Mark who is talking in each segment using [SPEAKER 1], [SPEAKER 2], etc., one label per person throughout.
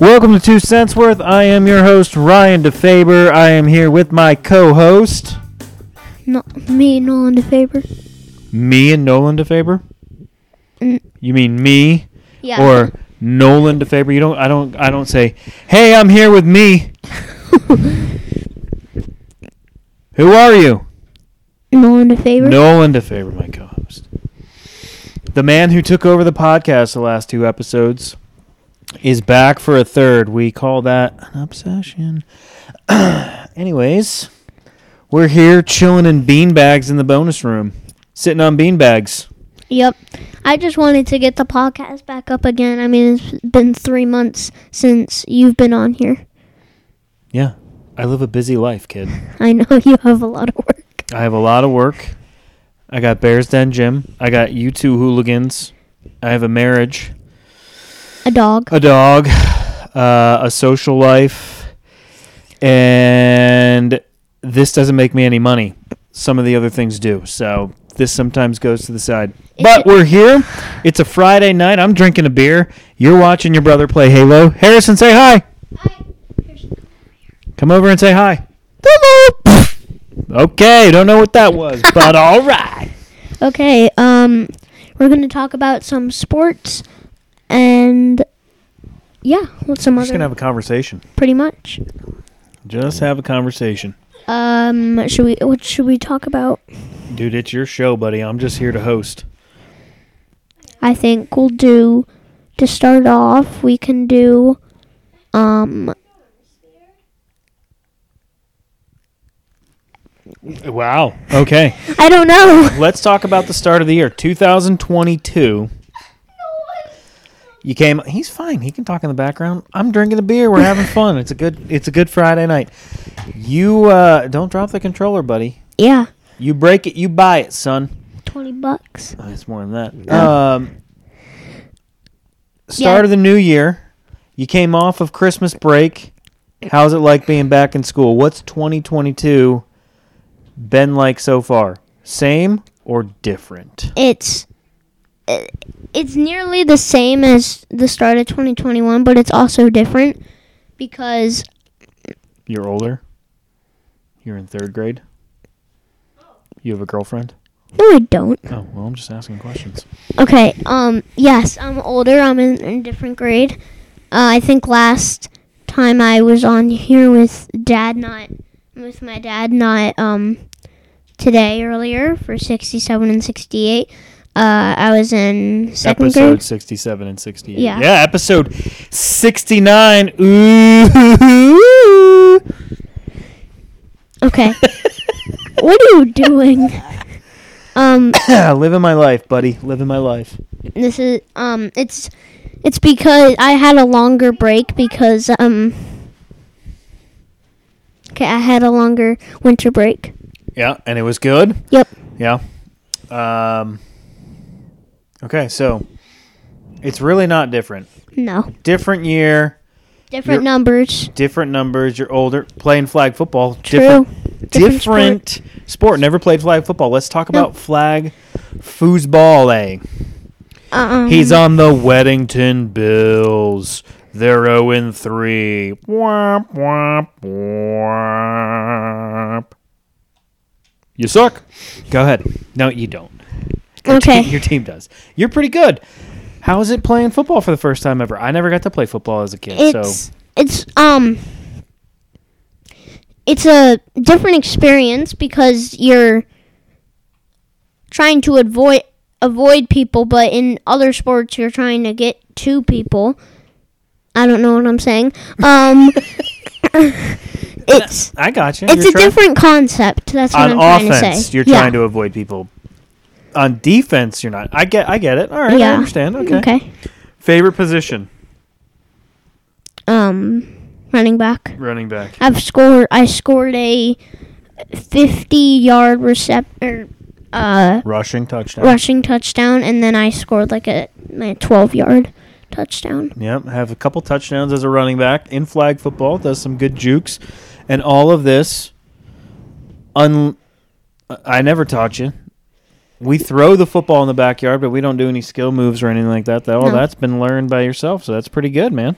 [SPEAKER 1] Welcome to Two Cents Worth. I am your host, Ryan DeFaber. I am here with my co host,
[SPEAKER 2] Not me, Nolan DeFaber.
[SPEAKER 1] me and Nolan DeFaber.
[SPEAKER 2] Mm.
[SPEAKER 1] You mean me
[SPEAKER 2] Yeah.
[SPEAKER 1] or Nolan DeFaber? You don't I don't I don't say, Hey, I'm here with me. Who are you?
[SPEAKER 2] Nolan DeFaber.
[SPEAKER 1] Nolan DeFaber, my co host. The man who took over the podcast the last two episodes is back for a third. We call that an obsession. Anyways, we're here chilling in beanbags in the bonus room, sitting on beanbags.
[SPEAKER 2] Yep. I just wanted to get the podcast back up again. I mean, it's been three months since you've been on here.
[SPEAKER 1] Yeah, I live a busy life, kid.
[SPEAKER 2] I know you have a lot of work.
[SPEAKER 1] I have a lot of work. I got Bears Den Gym. I got you two hooligans. I have a marriage.
[SPEAKER 2] A dog.
[SPEAKER 1] a dog, uh, a social life, and this doesn't make me any money. Some of the other things do. So this sometimes goes to the side. But we're here. It's a Friday night. I'm drinking a beer. You're watching your brother play Halo. Harrison, say hi. Come over and say hi. Hello. Okay, don't know what that was, but all right.
[SPEAKER 2] Okay. Um, we're gonna talk about some sports, and yeah, what's some
[SPEAKER 1] We're just
[SPEAKER 2] other
[SPEAKER 1] gonna have a conversation.
[SPEAKER 2] pretty much.
[SPEAKER 1] Just have a conversation,
[SPEAKER 2] Um, should we? What should we talk about?
[SPEAKER 1] dude. It's your show, buddy. I'm just here to host.
[SPEAKER 2] I think we'll do to start off we can do um
[SPEAKER 1] Wow. Okay.
[SPEAKER 2] I don't know.
[SPEAKER 1] Let's talk about the start of the year, 2022. You came. He's fine. He can talk in the background. I'm drinking a beer. We're having fun. It's a good. It's a good Friday night. You uh, don't drop the controller, buddy.
[SPEAKER 2] Yeah.
[SPEAKER 1] You break it. You buy it, son.
[SPEAKER 2] Twenty bucks.
[SPEAKER 1] Oh, it's more than that. Um, start of the new year. You came off of Christmas break. How's it like being back in school? What's 2022 been like so far? Same or different?
[SPEAKER 2] It's it, it's nearly the same as the start of 2021, but it's also different because
[SPEAKER 1] You're older. You're in third grade. You have a girlfriend.
[SPEAKER 2] no, I don't.
[SPEAKER 1] Oh well, I'm just asking questions.
[SPEAKER 2] Okay. Um. Yes, I'm older. I'm in, in a different grade. Uh, I think last time I was on here with dad, not with my dad, not um today earlier for 67 and 68. Uh, I was in second
[SPEAKER 1] episode
[SPEAKER 2] grade.
[SPEAKER 1] 67 and 68.
[SPEAKER 2] Yeah.
[SPEAKER 1] Yeah. Episode 69. Ooh.
[SPEAKER 2] Okay. what are you doing? Um.
[SPEAKER 1] Living my life, buddy. Living my life.
[SPEAKER 2] This is um it's it's because I had a longer break because um Okay, I had a longer winter break.
[SPEAKER 1] Yeah, and it was good.
[SPEAKER 2] Yep.
[SPEAKER 1] Yeah. Um. Okay, so it's really not different.
[SPEAKER 2] No.
[SPEAKER 1] Different year,
[SPEAKER 2] Different
[SPEAKER 1] You're-
[SPEAKER 2] numbers.
[SPEAKER 1] different numbers. You're older, playing flag football.
[SPEAKER 2] True.
[SPEAKER 1] different,
[SPEAKER 2] sport.
[SPEAKER 1] sport. Never played flag football. Let's talk
[SPEAKER 2] No. Mm-hmm.
[SPEAKER 1] about flag foosball. Eh?
[SPEAKER 2] Um,
[SPEAKER 1] He's on the Weddington Bills. They're 0 and 3. Womp, womp, womp. You suck. Go ahead. No, you don't. Your
[SPEAKER 2] Okay.
[SPEAKER 1] Team, your team does. You're pretty good. How is it playing football for the first time ever? I never got to play football as a kid.
[SPEAKER 2] It's
[SPEAKER 1] so
[SPEAKER 2] it's um it's a different experience because you're trying to avoid avoid people, but in other sports you're trying to get to people. I don't know what I'm saying. Um it's
[SPEAKER 1] I got you.
[SPEAKER 2] it's
[SPEAKER 1] You're
[SPEAKER 2] a
[SPEAKER 1] trying-
[SPEAKER 2] different concept. That's what
[SPEAKER 1] on
[SPEAKER 2] I'm trying to
[SPEAKER 1] offense,
[SPEAKER 2] say.
[SPEAKER 1] you're
[SPEAKER 2] Yeah.
[SPEAKER 1] trying to avoid people. On defense, you're not. I get. I get it. All right, I
[SPEAKER 2] Yeah.
[SPEAKER 1] understand. Okay.
[SPEAKER 2] Okay.
[SPEAKER 1] Favorite position:
[SPEAKER 2] Um running back.
[SPEAKER 1] running back.
[SPEAKER 2] I've scored. I scored a fifty-yard recep or uh,
[SPEAKER 1] Rushing touchdown.
[SPEAKER 2] rushing touchdown, and then I scored like a my twelve-yard touchdown.
[SPEAKER 1] Yep. Have a couple touchdowns as a running back in flag football. Does some good jukes, and all of this. Un. I never taught you. We throw the football in the backyard, but we don't do any skill moves or anything like that. That all
[SPEAKER 2] No.
[SPEAKER 1] that's been learned by yourself, so that's pretty good, man.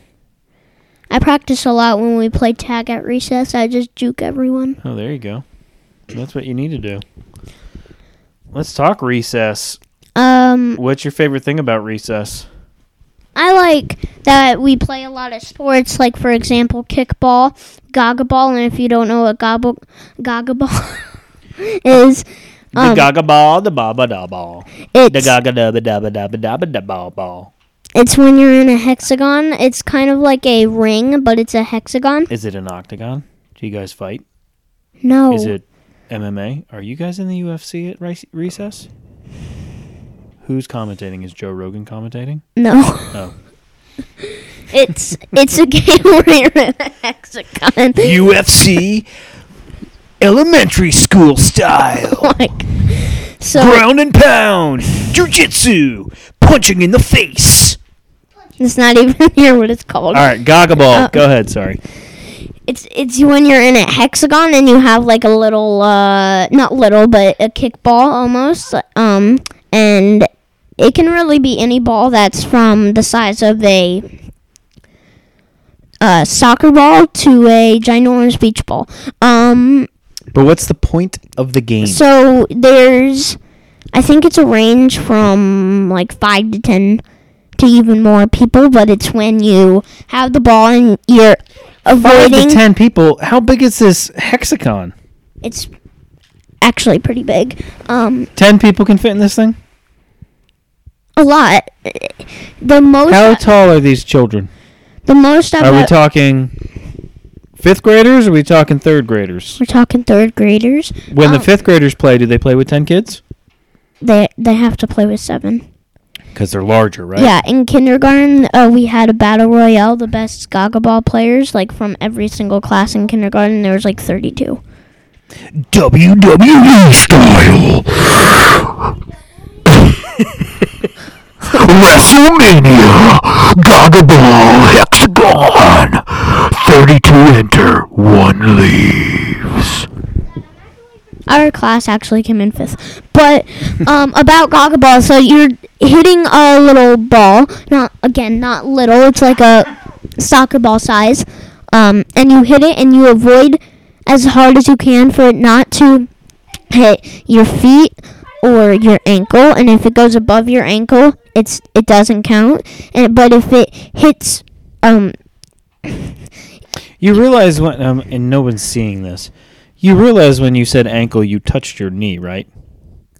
[SPEAKER 2] I practice a lot when we play tag at recess. I just juke everyone.
[SPEAKER 1] Oh, there you go. That's what you need to do. Let's talk recess.
[SPEAKER 2] Um,
[SPEAKER 1] What's your favorite thing about recess?
[SPEAKER 2] I like that we play a lot of sports, like for example, kickball, gaga ball, and if you don't know what gobble, gaga ball is,
[SPEAKER 1] The
[SPEAKER 2] Um,
[SPEAKER 1] gaga ball, the baba da ball. The
[SPEAKER 2] it's
[SPEAKER 1] gaga da ba da ba da ba da ba da ball ball.
[SPEAKER 2] it's when you're in a hexagon. It's kind of like a ring, but it's a hexagon.
[SPEAKER 1] Is it an octagon? Do you guys fight?
[SPEAKER 2] No,
[SPEAKER 1] Is it MMA? Are you guys in the UFC at rec- recess? Who's commentating? Is Joe Rogan commentating?
[SPEAKER 2] no,
[SPEAKER 1] Oh.
[SPEAKER 2] it's it's a game where you're in a hexagon.
[SPEAKER 1] UFC elementary school style.
[SPEAKER 2] like so
[SPEAKER 1] Ground and pound. Jiu-jitsu. Punching in the face.
[SPEAKER 2] it's not even here what it's called.
[SPEAKER 1] All right, gaga ball.
[SPEAKER 2] Uh,
[SPEAKER 1] Go ahead, sorry.
[SPEAKER 2] It's it's when you're in a hexagon and you have like a little uh not little but a kickball almost um and it can really be any ball that's from the size of a uh, soccer ball to a ginormous beach ball. Um,
[SPEAKER 1] But what's the point of the game?
[SPEAKER 2] so there's, I think it's a range from like five to ten to even more people, but it's when you have the ball and you're
[SPEAKER 1] Five to
[SPEAKER 2] avoiding.
[SPEAKER 1] ten people. How big is this hexagon?
[SPEAKER 2] It's actually pretty big. Um,
[SPEAKER 1] Ten people can fit in this thing.
[SPEAKER 2] a lot. The most.
[SPEAKER 1] How tall are these children?
[SPEAKER 2] the most I've.
[SPEAKER 1] Are we
[SPEAKER 2] ever-
[SPEAKER 1] talking fifth graders? Or are we talking third graders?
[SPEAKER 2] we're talking third graders.
[SPEAKER 1] When the
[SPEAKER 2] Um,
[SPEAKER 1] fifth graders play, do they play with ten kids?
[SPEAKER 2] They they have to play with seven.
[SPEAKER 1] Because they're larger, right?
[SPEAKER 2] Yeah, in kindergarten, uh, we had a battle royale. The best Gaga Ball players, like from every single class in kindergarten, there was like thirty-two.
[SPEAKER 3] E
[SPEAKER 1] WWE style.
[SPEAKER 3] WrestleMania, Gaga Ball, Hexagon, 32 enter, 1 leaves.
[SPEAKER 2] Our class actually came in fifth. But um, about Gaga Ball, so you're hitting a little ball. Not again, not little. It's like a soccer ball size, um, and you hit it and you avoid as hard as you can for it not to hit your feet or your ankle. And if it goes above your ankle, it's it doesn't count. And but if it hits, um,
[SPEAKER 1] You realize when, um, and no one's seeing this. You realize when you said ankle, you touched your knee, right?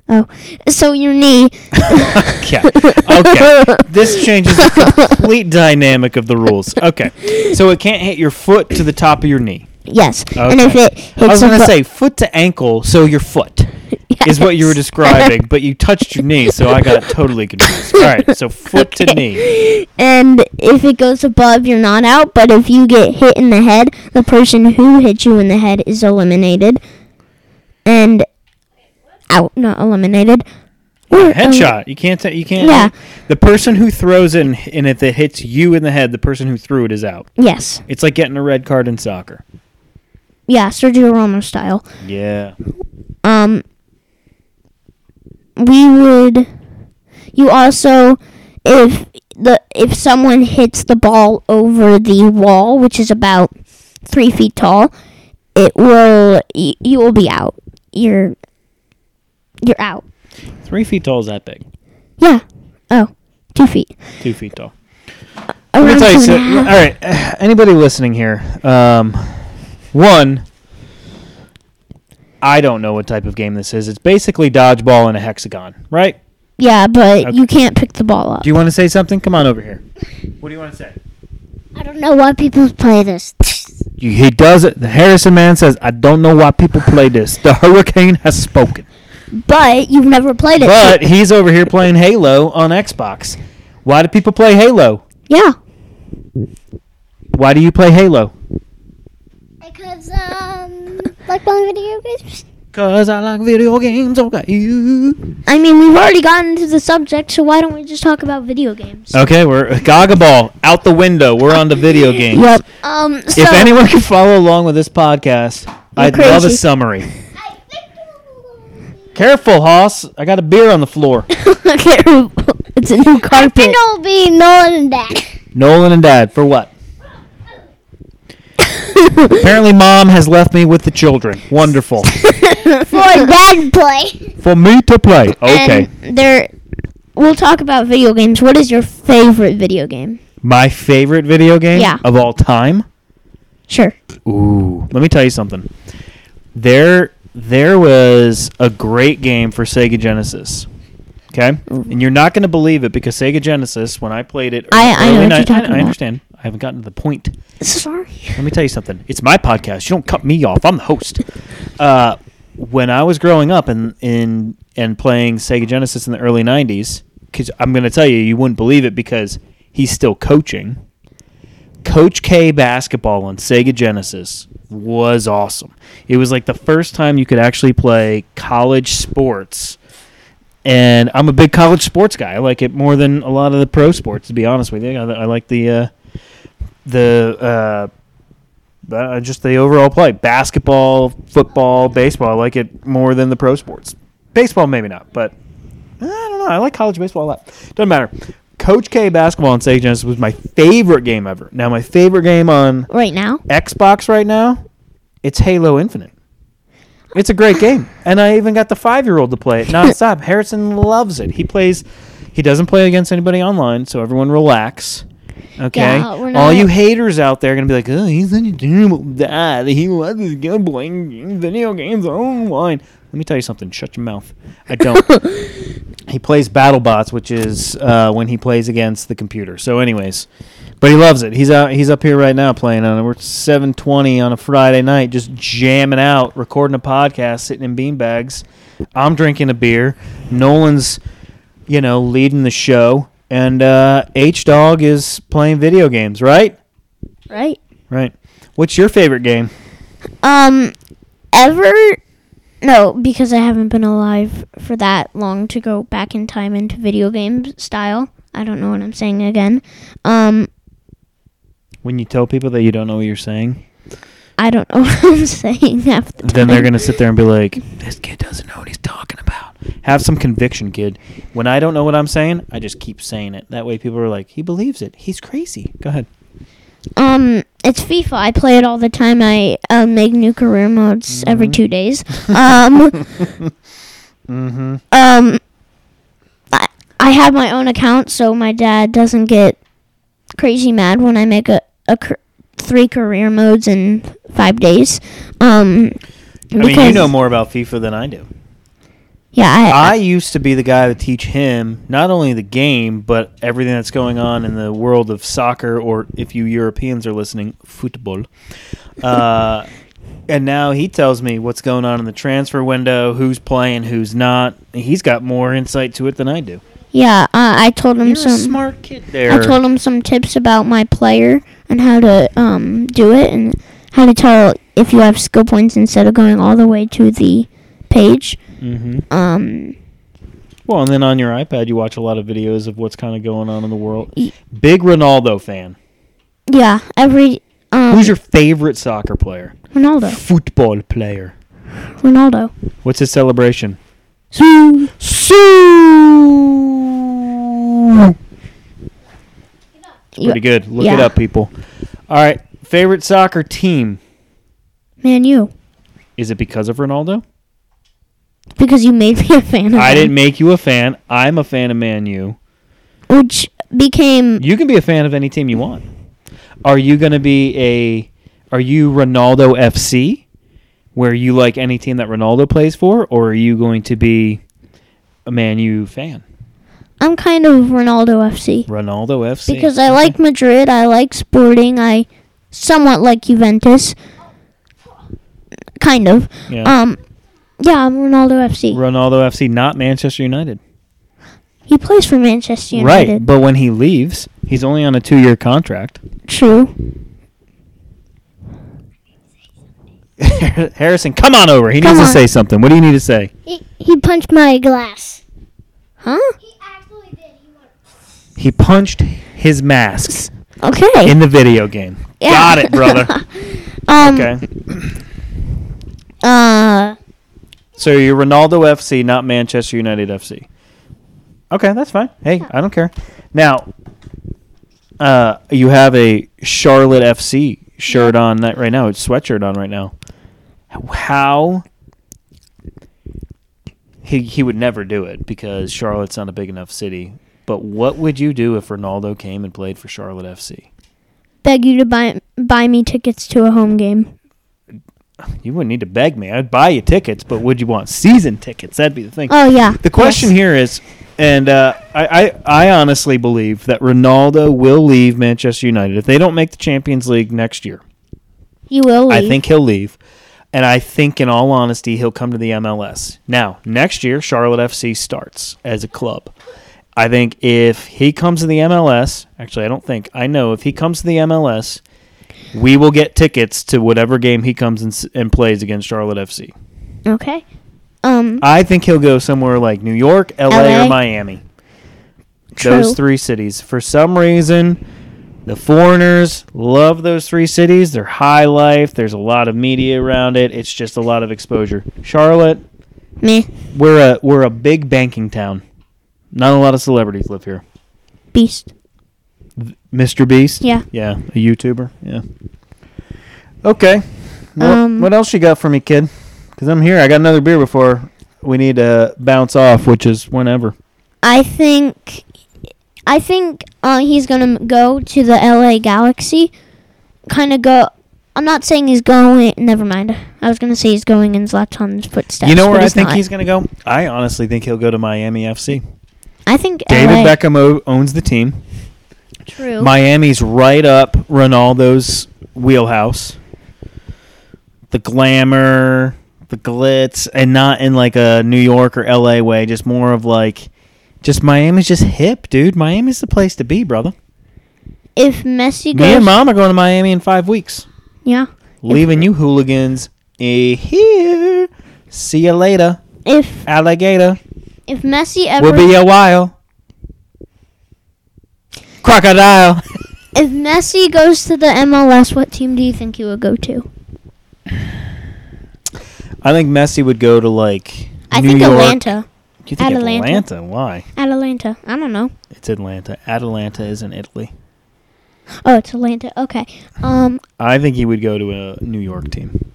[SPEAKER 2] oh, so your knee.
[SPEAKER 1] Okay. Okay. this changes the complete dynamic of the rules. Okay. So it can't hit your foot to the top of your knee.
[SPEAKER 2] Yes, and if
[SPEAKER 1] Okay.
[SPEAKER 2] it hits,
[SPEAKER 1] I was going to
[SPEAKER 2] abo-
[SPEAKER 1] say foot to ankle, so your foot is what you were
[SPEAKER 2] Yes.
[SPEAKER 1] describing, but you touched your knee, so I got totally confused. All right. So foot to knee.
[SPEAKER 2] And if it goes above, you're not out. But if you get hit in the head, the person who hit you in the head is eliminated. And out, not eliminated. Or um,
[SPEAKER 1] Headshot. You can't. ta- you can't.
[SPEAKER 2] Yeah.
[SPEAKER 1] The person who throws it, and, and if it hits you in the head, the person who threw it is out.
[SPEAKER 2] el- yes.
[SPEAKER 1] It's like getting a red card in soccer.
[SPEAKER 2] Yeah, Sergio Ramos style.
[SPEAKER 1] Yeah.
[SPEAKER 2] Um, we would. You also, if the if someone hits the ball over the wall, which is about three feet tall, it will y- you will be out. You're you're out.
[SPEAKER 1] Three feet tall is that big.
[SPEAKER 2] Yeah. Oh, two feet.
[SPEAKER 1] Two feet tall. Let
[SPEAKER 2] Around
[SPEAKER 1] me tell you,
[SPEAKER 2] two
[SPEAKER 1] so, uh,
[SPEAKER 2] and a
[SPEAKER 1] all
[SPEAKER 2] half.
[SPEAKER 1] right, anybody listening here, um, one, I don't know what type of game this is. It's basically dodgeball in a hexagon, right?
[SPEAKER 2] Yeah, but
[SPEAKER 1] Okay.
[SPEAKER 2] you can't pick the ball up.
[SPEAKER 1] Do you want to say something? Come on over here. What do you want to say?
[SPEAKER 2] I don't know why people play this.
[SPEAKER 1] You, he does it. The Harrison man says, "I don't know why people play this." The hurricane has spoken.
[SPEAKER 2] But you've never played it.
[SPEAKER 1] But he's over here playing Halo on Xbox. Why do people play Halo?
[SPEAKER 2] yeah.
[SPEAKER 1] Why do you play Halo?
[SPEAKER 4] Because um, like playing video games.
[SPEAKER 1] Cause I like video games. Okay, you.
[SPEAKER 2] I mean, we've already gotten to the subject, so why don't we just talk about video games?
[SPEAKER 1] Okay, we're Gaga Ball out the window. We're on the video games.
[SPEAKER 2] Yep. Um. So
[SPEAKER 1] If anyone can follow along with this podcast, I'd
[SPEAKER 2] crazy.
[SPEAKER 1] love a summary.
[SPEAKER 4] I think it'll
[SPEAKER 1] Careful, Hoss. I got a beer on the floor.
[SPEAKER 2] Okay, it's a new carpet.
[SPEAKER 4] be Nolan back.
[SPEAKER 1] Nolan and Dad for what? Apparently, mom has left me with the children. Wonderful.
[SPEAKER 4] For dad play.
[SPEAKER 1] For me to play. Okay.
[SPEAKER 2] And there, we'll talk about video games. What is your favorite video game?
[SPEAKER 1] My favorite video game
[SPEAKER 2] Yeah.
[SPEAKER 1] of all time.
[SPEAKER 2] Sure.
[SPEAKER 1] Ooh, let me tell you something. There, there was a great game for Sega Genesis. Okay,
[SPEAKER 2] Ooh.
[SPEAKER 1] and you're not going to believe it because Sega Genesis, when I played it,
[SPEAKER 2] I- I know
[SPEAKER 1] early
[SPEAKER 2] what you're
[SPEAKER 1] ni-
[SPEAKER 2] talking
[SPEAKER 1] I, I
[SPEAKER 2] about.
[SPEAKER 1] understand. I haven't gotten to the point.
[SPEAKER 2] Sorry.
[SPEAKER 1] Let me tell you something. It's my podcast. You don't cut me off. I'm the host. Uh, when I was growing up and in and playing Sega Genesis in the early '90s, because I'm going to tell you, you wouldn't believe it because he's still coaching. Coach K basketball on Sega Genesis was awesome. It was like the first time you could actually play college sports. And I'm a big college sports guy. I like it more than a lot of the pro sports, to be honest with you. I, I like the uh, the uh, uh, just the overall play basketball, football, baseball. I like it more than the pro sports. Baseball, maybe not, but I don't know. I like college baseball a lot. Doesn't matter. Coach K basketball on Sega Genesis was my favorite game ever. Now, my favorite game on
[SPEAKER 2] Right now.
[SPEAKER 1] Xbox right now, it's Halo Infinite. It's a great game, and I even got the five-year-old to play it nonstop. Harrison loves it. He plays. He doesn't play against anybody online, so everyone relax. Okay,
[SPEAKER 2] Yeah, we're
[SPEAKER 1] all
[SPEAKER 2] not-
[SPEAKER 1] you haters out there are gonna be like, "Oh, he's an adorable dad. He loves his game playing video games online." Let me tell you something. Shut your mouth. I don't. he plays BattleBots, which is uh, when he plays against the computer. So, anyways, but he loves it. He's out. He's up here right now playing on it. We're seven twenty on a Friday night, just jamming out, recording a podcast, sitting in beanbags. I'm drinking a beer. Nolan's, you know, leading the show, and uh, H Dog is playing video games. Right,
[SPEAKER 2] Right.
[SPEAKER 1] right. What's your favorite game?
[SPEAKER 2] Um, ever? No, because I haven't been alive for that long to go back in time into video game style. I don't know what I'm saying again. Um,
[SPEAKER 1] When you tell people that you don't know what you're saying,
[SPEAKER 2] I don't know what I'm saying half the time.
[SPEAKER 1] then they're gonna sit there and be like, "This kid doesn't know what he's talking about." Have some conviction, kid. When I don't know what I'm saying, I just keep saying it. That way, people are like, "He believes it. He's crazy." Go ahead.
[SPEAKER 2] Um, it's FIFA. I play it all the time. I uh, make new career modes every two days. Um,
[SPEAKER 1] Mm-hmm.
[SPEAKER 2] um, I, I have my own account, so my dad doesn't get crazy mad when I make a, a cur- three career modes in five days. Um,
[SPEAKER 1] I mean, you know more about FIFA than I do.
[SPEAKER 2] Yeah, I,
[SPEAKER 1] I used to be the guy to teach him not only the game, but everything that's going on in the world of soccer, or if you Europeans are listening, football. Uh, and now he tells me what's going on in the transfer window, who's playing, who's not. He's got more insight to it than I do.
[SPEAKER 2] yeah. Uh, I told him
[SPEAKER 1] You're
[SPEAKER 2] some.
[SPEAKER 1] a smart kid there.
[SPEAKER 2] I told him some tips about my player and how to um, do it and how to tell if you have skill points instead of going all the way to the page.
[SPEAKER 1] hmm
[SPEAKER 2] Um,
[SPEAKER 1] Well, and then on your iPad, you watch a lot of videos of what's kind of going on in the world.
[SPEAKER 2] Y-
[SPEAKER 1] Big Ronaldo fan.
[SPEAKER 2] yeah, every um,
[SPEAKER 1] Who's your favorite soccer player?
[SPEAKER 2] Ronaldo?
[SPEAKER 1] Football player.
[SPEAKER 2] Ronaldo.
[SPEAKER 1] What's his celebration?
[SPEAKER 2] Zoo.
[SPEAKER 1] Sue.
[SPEAKER 2] Yeah.
[SPEAKER 1] Pretty good. Look it
[SPEAKER 2] Yeah.
[SPEAKER 1] up, people. All right. Favorite soccer team?
[SPEAKER 2] Man, you
[SPEAKER 1] Is it because of Ronaldo?
[SPEAKER 2] Mm-hmm. because you made me a fan. Of
[SPEAKER 1] I
[SPEAKER 2] him,
[SPEAKER 1] didn't make you a fan. I'm a fan of Man U.
[SPEAKER 2] Which became
[SPEAKER 1] You can be a fan of any team you want. Are you going to be a? Are you Ronaldo FC, where you like any team that Ronaldo plays for, or are you going to be a Man U fan?
[SPEAKER 2] I'm kind of Ronaldo FC
[SPEAKER 1] Ronaldo FC.
[SPEAKER 2] because I like Madrid. I like Sporting. I somewhat like Juventus. Kind of.
[SPEAKER 1] yeah.
[SPEAKER 2] Um, yeah, I'm Ronaldo FC.
[SPEAKER 1] Ronaldo FC, not Manchester United.
[SPEAKER 2] He plays for Manchester United.
[SPEAKER 1] Right, but when he leaves, he's only on a two-year contract.
[SPEAKER 2] True.
[SPEAKER 1] Harrison, come on over. He
[SPEAKER 2] Come
[SPEAKER 1] needs to
[SPEAKER 2] on.
[SPEAKER 1] say something. What do you need to say?
[SPEAKER 4] He, he punched my glass.
[SPEAKER 2] Huh?
[SPEAKER 4] He actually did. He went.
[SPEAKER 1] He punched his mask
[SPEAKER 2] Okay.
[SPEAKER 1] in the video game.
[SPEAKER 2] Yeah.
[SPEAKER 1] Got it, brother.
[SPEAKER 2] um,
[SPEAKER 1] okay.
[SPEAKER 2] Uh,
[SPEAKER 1] So you're Ronaldo FC, not Manchester United FC. Okay, that's fine. Hey, I don't care. Now, uh, you have a Charlotte FC shirt on that right now. It's sweatshirt on right now. How he he would never do it because Charlotte's not a big enough city. But what would you do if Ronaldo came and played for Charlotte FC?
[SPEAKER 2] Beg you to buy buy me tickets to a home game.
[SPEAKER 1] You wouldn't need to beg me. I'd buy you tickets, but would you want season tickets? That'd be the thing.
[SPEAKER 2] Oh yeah.
[SPEAKER 1] The question
[SPEAKER 2] Yes.
[SPEAKER 1] here is, and uh, I, I I honestly believe that Ronaldo will leave Manchester United if they don't make the Champions League next year.
[SPEAKER 2] you will.
[SPEAKER 1] I
[SPEAKER 2] leave.
[SPEAKER 1] think he'll leave, and I think in all honesty he'll come to the MLS. Now next year Charlotte FC starts as a club. I think if he comes to the MLS, actually I don't think I know if he comes to the MLS, we will get tickets to whatever game he comes and, s- and plays against Charlotte FC.
[SPEAKER 2] Okay. Um.
[SPEAKER 1] I think he'll go somewhere like New York, LA,
[SPEAKER 2] LA.
[SPEAKER 1] or Miami.
[SPEAKER 2] True.
[SPEAKER 1] Those three cities. For some reason, the foreigners love those three cities. They're high life. There's a lot of media around it. It's just a lot of exposure. Charlotte,
[SPEAKER 2] Meh.
[SPEAKER 1] we're a we're a big banking town. Not a lot of celebrities live here.
[SPEAKER 2] Beast.
[SPEAKER 1] Mr. Beast?
[SPEAKER 2] Yeah.
[SPEAKER 1] Yeah, a YouTuber. Yeah. Okay. What,
[SPEAKER 2] Um,
[SPEAKER 1] what else you got for me, kid? Because I'm here. I got another beer before we need to bounce off, which is whenever.
[SPEAKER 2] I think. I think uh, he's gonna m- go to the L.A. Galaxy. Kind of go. I'm not saying he's going. Never mind. I was gonna say he's going in Zlatan's footsteps.
[SPEAKER 1] you know
[SPEAKER 2] but
[SPEAKER 1] where I
[SPEAKER 2] he's
[SPEAKER 1] think
[SPEAKER 2] not.
[SPEAKER 1] he's going to go? I honestly think he'll go to Miami FC.
[SPEAKER 2] I think
[SPEAKER 1] David
[SPEAKER 2] LA,
[SPEAKER 1] Beckham o- owns the team.
[SPEAKER 2] True.
[SPEAKER 1] Miami's right up Ronaldo's wheelhouse. The glamour, the glitz, and not in like a New York or LA way, just more of like just Miami's just hip, dude. Miami's the place to be, brother.
[SPEAKER 2] if Messi goes,
[SPEAKER 1] Me and mom are going to Miami in five weeks.
[SPEAKER 2] yeah.
[SPEAKER 1] Leaving you hooligans eh, here. See you later,
[SPEAKER 2] If
[SPEAKER 1] alligator.
[SPEAKER 2] if Messi ever
[SPEAKER 1] Will be a while. Crocodile.
[SPEAKER 2] if Messi goes to the MLS, what team do you think he would go to?
[SPEAKER 1] I think Messi would go to like
[SPEAKER 2] I
[SPEAKER 1] New
[SPEAKER 2] think
[SPEAKER 1] York.
[SPEAKER 2] Atlanta.
[SPEAKER 1] You think
[SPEAKER 2] Atlanta.
[SPEAKER 1] Atlanta. Why?
[SPEAKER 2] Atlanta. I don't know.
[SPEAKER 1] It's Atlanta. Atlanta is in Italy.
[SPEAKER 2] Oh, it's Atlanta. Okay. Um,
[SPEAKER 1] I think he would go to a New York team.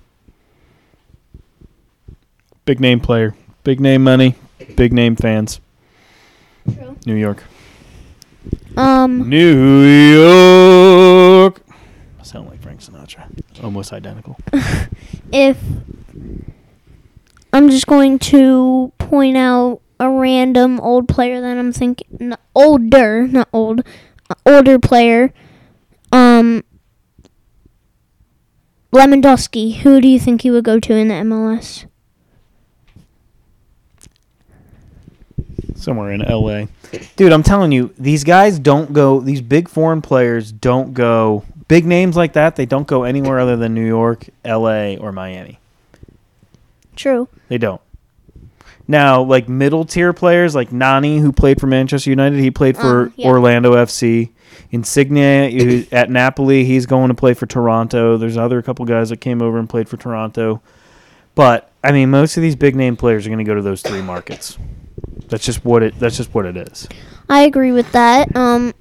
[SPEAKER 1] Big name player, big name money, big name fans.
[SPEAKER 2] True.
[SPEAKER 1] New York.
[SPEAKER 2] um,
[SPEAKER 1] New York. I sound like Frank Sinatra. Almost identical.
[SPEAKER 2] if I'm just going to point out a random old player that I'm thinking n- older, not old, uh, older player. Um, Lemondowski. Who do you think he would go to in the MLS?
[SPEAKER 1] somewhere in LA. Dude, I'm telling you, these guys don't go. These big foreign players don't go. Big names like that, they don't go anywhere other than New York, LA, or Miami.
[SPEAKER 2] True.
[SPEAKER 1] They don't. Now, like middle tier players, like Nani, who played for Manchester United, he played for
[SPEAKER 2] Um, yeah.
[SPEAKER 1] Orlando FC. Insignia who- at Napoli, he's going to play for Toronto. There's other couple guys that came over and played for Toronto. But I mean, most of these big name players are going to go to those three markets. That's just what it. That's just what it is.
[SPEAKER 2] I agree with that. Um,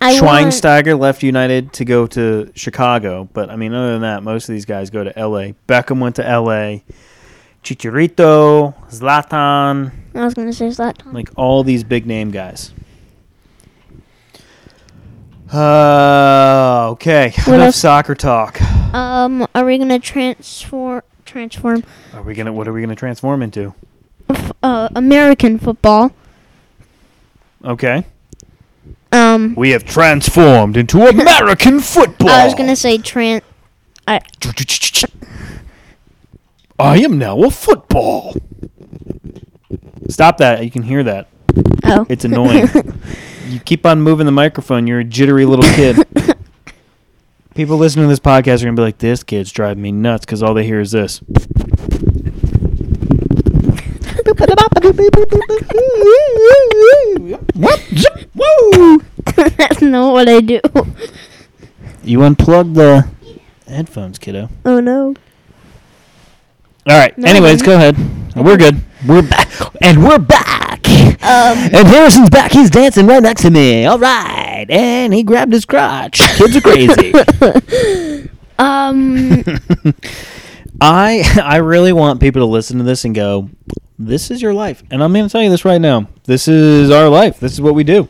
[SPEAKER 2] I want-
[SPEAKER 1] Schweinsteiger left United to go to Chicago, but I mean, other than that, most of these guys go to L.A. Beckham went to L.A. Chicharito, Zlatan,
[SPEAKER 2] I was gonna say that.
[SPEAKER 1] like all these big name guys. Uh, okay,
[SPEAKER 2] What
[SPEAKER 1] enough
[SPEAKER 2] else?
[SPEAKER 1] soccer talk.
[SPEAKER 2] Um, are we gonna transform transform
[SPEAKER 1] Are we gonna? What are we gonna transform into?
[SPEAKER 2] f- uh, American football?
[SPEAKER 1] Okay,
[SPEAKER 2] Um,
[SPEAKER 1] we have transformed into American football.
[SPEAKER 2] I was gonna say trans. I
[SPEAKER 1] I am now a football. Stop that. You can hear that.
[SPEAKER 2] oh.
[SPEAKER 1] It's annoying. you keep on moving the microphone. You're a jittery little kid. People listening to this podcast are going to be like, this kid's driving me nuts because all they hear is this.
[SPEAKER 2] That's not what I do.
[SPEAKER 1] You unplug the headphones, kiddo.
[SPEAKER 2] Oh no.
[SPEAKER 1] All right.
[SPEAKER 2] No,
[SPEAKER 1] Anyways,
[SPEAKER 2] I'm-
[SPEAKER 1] go ahead. We're good. We're back. And we're back.
[SPEAKER 2] Um,
[SPEAKER 1] And Harrison's back. He's dancing right next to me. All right. And he grabbed his crotch. Kids are crazy.
[SPEAKER 2] Um,
[SPEAKER 1] I I really want people to listen to this and go, this is your life. And I'm going to tell you this right now. This is our life. This is what we do.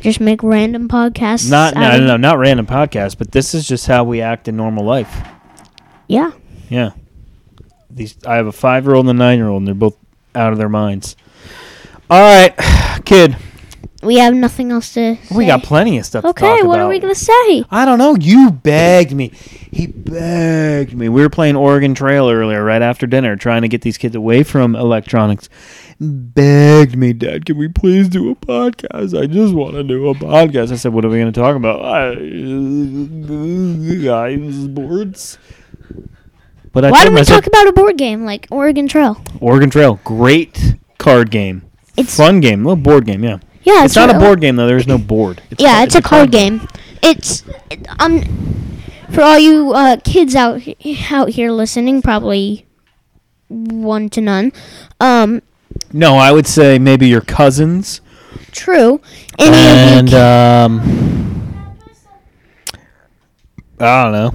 [SPEAKER 2] just make random podcasts.
[SPEAKER 1] Not
[SPEAKER 2] out
[SPEAKER 1] no,
[SPEAKER 2] of-
[SPEAKER 1] no, no, not random podcasts, but this is just how we act in normal life.
[SPEAKER 2] Yeah.
[SPEAKER 1] Yeah. These I have a 5-year-old and a 9-year-old and they're both out of their minds. All right, kid.
[SPEAKER 2] We have nothing else to.
[SPEAKER 1] We
[SPEAKER 2] say.
[SPEAKER 1] got plenty of stuff to
[SPEAKER 2] Okay,
[SPEAKER 1] talk
[SPEAKER 2] what
[SPEAKER 1] about.
[SPEAKER 2] are we gonna say?
[SPEAKER 1] I don't know. You begged me. He begged me. We were playing Oregon Trail earlier, right after dinner, trying to get these kids away from electronics. Begged me, Dad, can we please do a podcast? I just want to do a podcast. I said, What are we going to talk about? I, I sports. But I
[SPEAKER 2] Why
[SPEAKER 1] told
[SPEAKER 2] don't
[SPEAKER 1] him, I
[SPEAKER 2] we
[SPEAKER 1] said,
[SPEAKER 2] talk about a board game like Oregon Trail?
[SPEAKER 1] Oregon Trail, great card game,
[SPEAKER 2] It's
[SPEAKER 1] fun game, little board game. Yeah,
[SPEAKER 2] yeah,
[SPEAKER 1] it's, not a
[SPEAKER 2] real-
[SPEAKER 1] board game though. There's no board.
[SPEAKER 2] Yeah, it's a card game. It's it, um for all you uh, kids out he- out here listening, probably one to none. Um,
[SPEAKER 1] No, I would say maybe your cousins.
[SPEAKER 2] true. Any of
[SPEAKER 1] and uh,
[SPEAKER 2] you,
[SPEAKER 1] um, I don't know.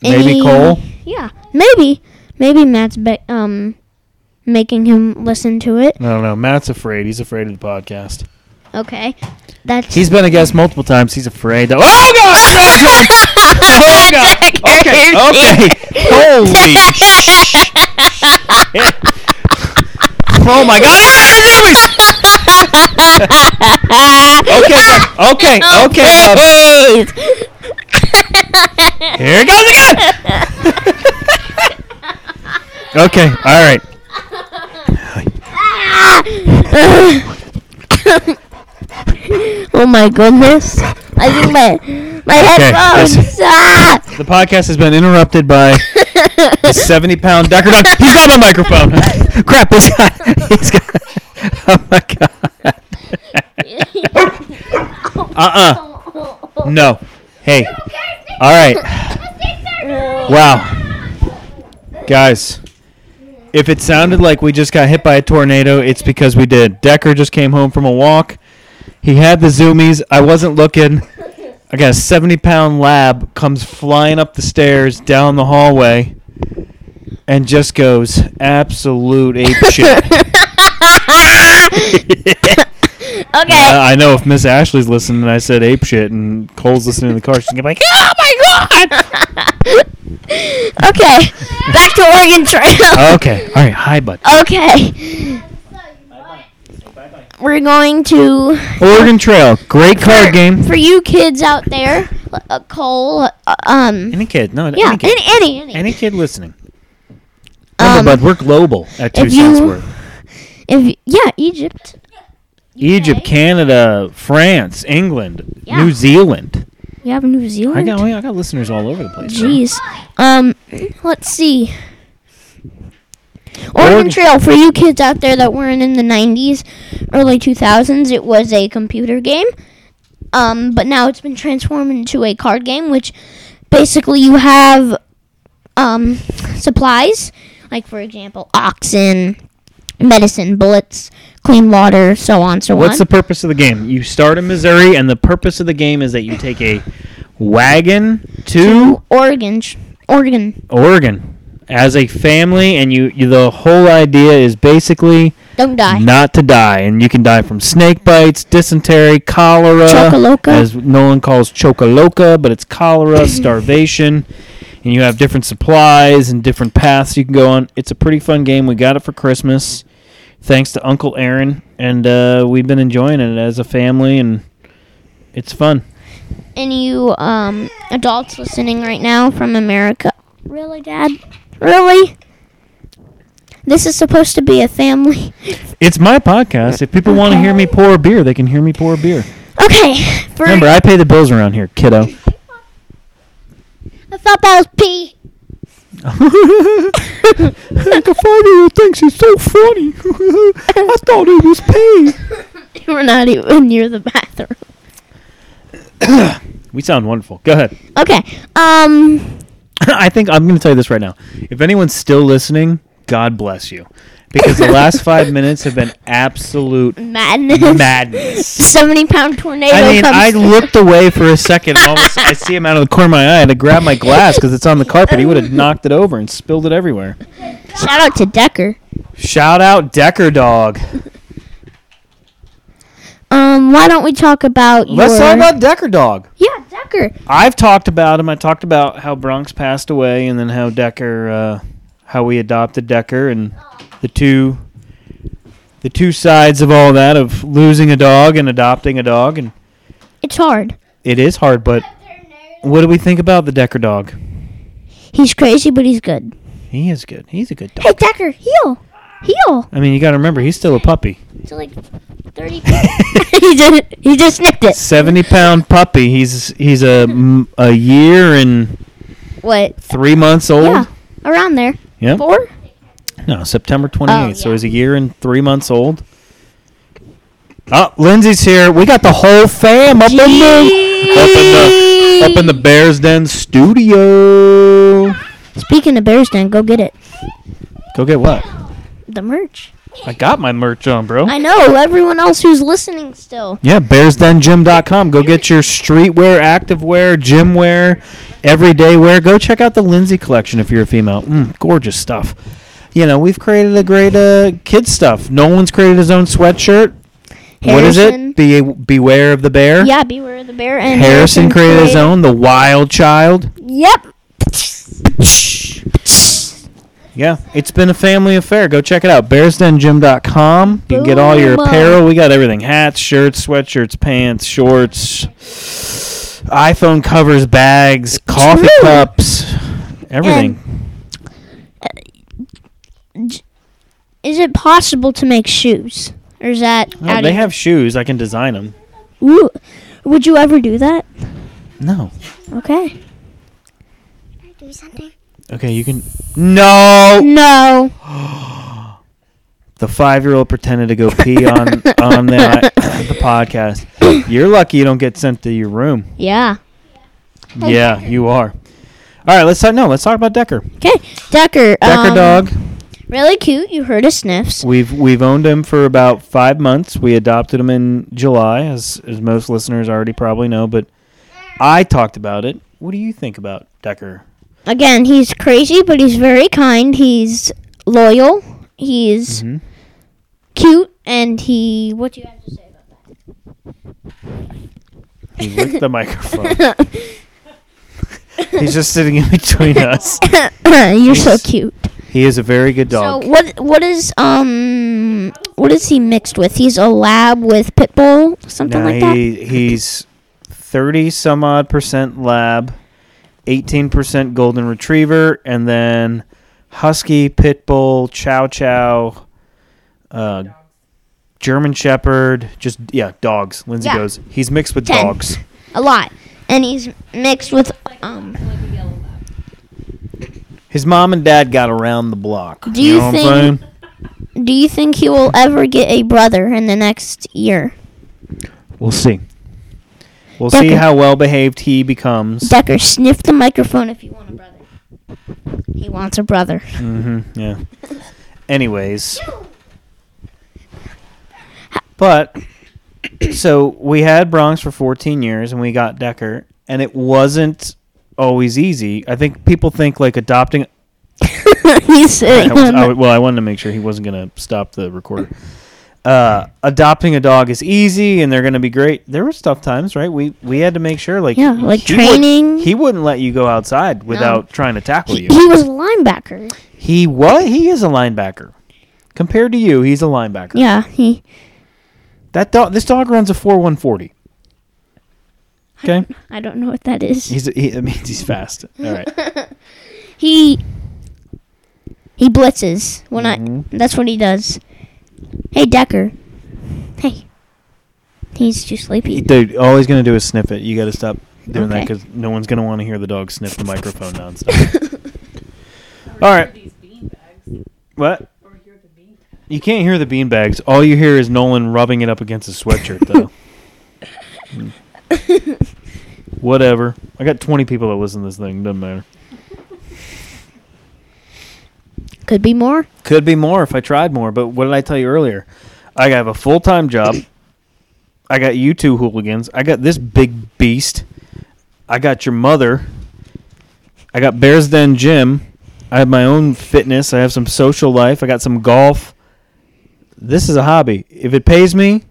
[SPEAKER 1] Maybe
[SPEAKER 2] Any- uh,
[SPEAKER 1] Cole.
[SPEAKER 2] yeah, maybe maybe Matt's be- um making him listen to it.
[SPEAKER 1] I don't know. Matt's afraid. He's afraid of the podcast.
[SPEAKER 2] Okay, that's
[SPEAKER 1] He's been a guest multiple times. He's afraid. That- oh god! Oh god! Oh god! Okay. Okay. Holy shit! Oh my god! Ah, the zombies! okay. go- Okay. Okay. Bob. Here it goes again. okay, all right.
[SPEAKER 2] oh my goodness! I think my my headphones.
[SPEAKER 1] listen.
[SPEAKER 2] Ah!
[SPEAKER 1] The podcast has been interrupted by the 70 pound Decker Duck. He's got my microphone. Crap, he's got. He's got. Oh my god. uh uh No. Hey. All right. Wow. Guys, if it sounded like we just got hit by a tornado, it's because we did. Decker just came home from a walk. He had the zoomies. I wasn't looking. I got a 70 pound lab comes flying up the stairs, down the hallway, and just goes absolute ape shit.
[SPEAKER 2] Okay.
[SPEAKER 1] I I know if Miss Ashley's listening and I said ape shit and Cole's listening in the car, she's gonna be like,
[SPEAKER 2] oh my god! okay, back to Oregon Trail.
[SPEAKER 1] Okay, all right, hi, bud.
[SPEAKER 2] Okay. We're going to
[SPEAKER 1] Oregon Trail, great card game.
[SPEAKER 2] for you kids out there. Uh, Cole, uh, um,
[SPEAKER 1] Any kid, no,
[SPEAKER 2] yeah,
[SPEAKER 1] any kid,
[SPEAKER 2] any, any, any.
[SPEAKER 1] any kid listening.
[SPEAKER 2] Um,
[SPEAKER 1] Remember, bud, we're global at two
[SPEAKER 2] if
[SPEAKER 1] cents
[SPEAKER 2] you-
[SPEAKER 1] worth.
[SPEAKER 2] If y- yeah, Egypt.
[SPEAKER 1] Egypt, Canada, France, England,
[SPEAKER 2] Yeah.
[SPEAKER 1] New Zealand.
[SPEAKER 2] We have New
[SPEAKER 1] I
[SPEAKER 2] Zealand.
[SPEAKER 1] got, I got listeners all over the place.
[SPEAKER 2] Jeez. Um, let's see. Oregon
[SPEAKER 1] Oregon-
[SPEAKER 2] Trail for you kids out there that weren't in the '90s, early 2000s. It was a computer game, um, but now it's been transformed into a card game, which basically you have um, supplies, like for example, oxen, medicine, bullets, clean water, so on, so
[SPEAKER 1] What's
[SPEAKER 2] on.
[SPEAKER 1] the purpose of the game? You start in Missouri, and the purpose of the game is that you take a wagon to
[SPEAKER 2] Oregon, tr- Oregon.
[SPEAKER 1] Oregon as a family, and you, you the whole idea is basically
[SPEAKER 2] Don't die.
[SPEAKER 1] not to die, and you can die from snake bites, dysentery, cholera,
[SPEAKER 2] Chocoloca.
[SPEAKER 1] as Nolan calls chocoloca, but it's cholera, starvation, and you have different supplies and different paths you can go on. It's a pretty fun game. We got it for Christmas, thanks to Uncle Aaron, and uh, we've been enjoying it as a family, and it's fun.
[SPEAKER 2] any you um, adults listening right now from America. Really, Dad? Really? This is supposed to be a family.
[SPEAKER 1] It's my podcast. If people want to hear me pour a beer, they can hear me pour a beer.
[SPEAKER 2] Okay. For
[SPEAKER 1] Remember, I pay the bills around here, kiddo.
[SPEAKER 4] I thought that was pee.
[SPEAKER 1] Uncle Farty thinks he's so funny. I thought it was pain.
[SPEAKER 2] we're not even near the bathroom.
[SPEAKER 1] We sound wonderful. Go ahead.
[SPEAKER 2] Okay. Um.
[SPEAKER 1] I think I'm going to tell you this right now. If anyone's still listening, God bless you. because the last five minutes have been absolute
[SPEAKER 2] Madness.
[SPEAKER 1] madness.
[SPEAKER 2] 70 pound tornado
[SPEAKER 1] I mean,
[SPEAKER 2] comes.
[SPEAKER 1] I looked away for a second. And almost, I see him out of the corner of my eye, and I grab my glass because it's on the carpet. He would have knocked it over and spilled it everywhere.
[SPEAKER 2] Shout out to Decker.
[SPEAKER 1] Shout out Decker Dog.
[SPEAKER 2] Um, why don't we talk about your.
[SPEAKER 1] Let's talk about Decker Dog.
[SPEAKER 2] Yeah, Decker.
[SPEAKER 1] I've talked about him. I talked about how Bronx passed away, and then how Decker, uh, how we adopted Decker, and the two, the two sides of all that of losing a dog and adopting a dog, and
[SPEAKER 2] It's hard.
[SPEAKER 1] it is hard. But what do we think about the Decker Dog?
[SPEAKER 2] He's crazy, but he's good.
[SPEAKER 1] He is good. He's a good dog.
[SPEAKER 2] Hey, Decker, heal. Heal.
[SPEAKER 1] I mean, you got to remember, he's still a puppy.
[SPEAKER 2] It's like 30. he, just, he just nicked it.
[SPEAKER 1] Seventy pound puppy. He's he's a m- a year and
[SPEAKER 2] What?
[SPEAKER 1] three months old.
[SPEAKER 2] Yeah, around there.
[SPEAKER 1] Yeah.
[SPEAKER 2] Four?
[SPEAKER 1] No, September twenty eighth. So
[SPEAKER 2] yeah.
[SPEAKER 1] he's a year and three months old. Oh, Lindsay's here. We got the whole fam up in the up in the up in the Bears Den studio.
[SPEAKER 2] Speaking of Bears Den, go get it.
[SPEAKER 1] Go get what?
[SPEAKER 2] The merch.
[SPEAKER 1] I got my merch on, bro.
[SPEAKER 2] I know, everyone else who's listening still.
[SPEAKER 1] Yeah, bearsdengym.com. Go get your streetwear, activewear, gym wear, everyday wear. Go check out the Lindsay collection if you're a female. Mm, gorgeous stuff. You know, we've created a great uh, kid stuff. No one's created his own sweatshirt. What is
[SPEAKER 2] Harrison.
[SPEAKER 1] it? Be beware of the bear.
[SPEAKER 2] Yeah, beware the bear and
[SPEAKER 1] Harrison, created his own, the wild child.
[SPEAKER 2] Yep.
[SPEAKER 1] Yeah, it's been a family affair. Go check it out. BearsDenGym.com. You can get all your
[SPEAKER 2] Boom.
[SPEAKER 1] apparel. We got everything hats, shirts, sweatshirts, pants, shorts, iPhone covers, bags, coffee
[SPEAKER 2] True.
[SPEAKER 1] cups, everything.
[SPEAKER 2] Is it possible to make shoes? Or is that
[SPEAKER 1] Oh,
[SPEAKER 2] out
[SPEAKER 1] they
[SPEAKER 2] of
[SPEAKER 1] have shoes. I can design them.
[SPEAKER 2] Ooh, would you ever do that?
[SPEAKER 1] No.
[SPEAKER 2] Okay.
[SPEAKER 4] Do something.
[SPEAKER 1] Okay, you can. No!
[SPEAKER 2] No.
[SPEAKER 1] The five year old pretended to go pee on, on the, the podcast. You're lucky you don't get sent to your room.
[SPEAKER 2] Yeah.
[SPEAKER 1] Yeah, you are. All right, let's talk. No, let's talk about Decker.
[SPEAKER 2] Okay. Decker.
[SPEAKER 1] Decker
[SPEAKER 2] um,
[SPEAKER 1] dog.
[SPEAKER 2] Really cute. You heard a sniffs.
[SPEAKER 1] We've we've owned him for about five months. We adopted him in July, as as most listeners already probably know. But I talked about it. What do you think about Decker?
[SPEAKER 2] Again, he's crazy, but he's very kind. He's loyal. He's
[SPEAKER 1] Mhm.
[SPEAKER 2] cute, and he. What do you have to say?
[SPEAKER 1] He licked the microphone. He's just sitting in between us.
[SPEAKER 2] You're so
[SPEAKER 1] He's-
[SPEAKER 2] cute.
[SPEAKER 1] He is a very good dog.
[SPEAKER 2] So what? What is um? What is he mixed with? He's a lab with pit bull, something
[SPEAKER 1] now
[SPEAKER 2] like that.
[SPEAKER 1] he he's thirty some odd percent lab, eighteen percent golden retriever, and then husky, pit bull, chow chow, uh, German shepherd. Just yeah, dogs. Lindsay
[SPEAKER 2] Yeah.
[SPEAKER 1] goes. He's mixed with
[SPEAKER 2] Ten.
[SPEAKER 1] dogs.
[SPEAKER 2] A lot, and he's mixed with um.
[SPEAKER 1] His mom and dad got around the block.
[SPEAKER 2] Do you
[SPEAKER 1] know
[SPEAKER 2] think-
[SPEAKER 1] What I'm saying?
[SPEAKER 2] Do you think he will ever get a brother in the next year?
[SPEAKER 1] We'll see. We'll see
[SPEAKER 2] Decker.
[SPEAKER 1] how well behaved he becomes.
[SPEAKER 2] Decker, sniff the microphone if you want a brother. He wants a brother.
[SPEAKER 1] hmm Yeah. Anyways. But so we had Bronx for 14 years and we got Decker and it wasn't always easy. I think people think like adopting
[SPEAKER 2] he's
[SPEAKER 1] I
[SPEAKER 2] sitting
[SPEAKER 1] was-
[SPEAKER 2] on
[SPEAKER 1] I
[SPEAKER 2] the-
[SPEAKER 1] w- well, I wanted to make sure he wasn't going to stop the recorder. Uh, adopting a dog is easy, and they're going to be great. There was tough times, right? We we had to make sure, like
[SPEAKER 2] Yeah, like
[SPEAKER 1] he wouldn't-
[SPEAKER 2] training.
[SPEAKER 1] he wouldn't let you go outside without trying to tackle
[SPEAKER 2] he,
[SPEAKER 1] you.
[SPEAKER 2] he was a linebacker.
[SPEAKER 1] He what? He is a linebacker. Compared to you, he's a linebacker.
[SPEAKER 2] Yeah, he.
[SPEAKER 1] That dog. This dog runs a four one forty. Okay.
[SPEAKER 2] I don't know what that is.
[SPEAKER 1] He's he, it means he's fast. All right.
[SPEAKER 2] He he blitzes when
[SPEAKER 1] Mhm.
[SPEAKER 2] I. That's what he does. Hey Decker. Hey. He's too sleepy.
[SPEAKER 1] Dude, all he's gonna do is sniff it. You got to stop doing that
[SPEAKER 2] Okay.
[SPEAKER 1] 'cause that because no one's gonna want to hear the dog sniff the microphone nonstop. all right.
[SPEAKER 5] these bean bags
[SPEAKER 1] What?
[SPEAKER 5] or hear the bean
[SPEAKER 1] You can't hear the beanbags. All you hear is Nolan rubbing it up against his sweatshirt, though. Mm. Whatever. I got 20 people that listen to this thing. Doesn't matter.
[SPEAKER 2] Could be more.
[SPEAKER 1] Could be more if I tried more, but what did I tell you earlier? I have a full time job. I got you two hooligans. I got this big beast. I got your mother. I got Bears Den Gym. I have my own fitness. I have some social life. I got some golf. This is a hobby. If it pays me,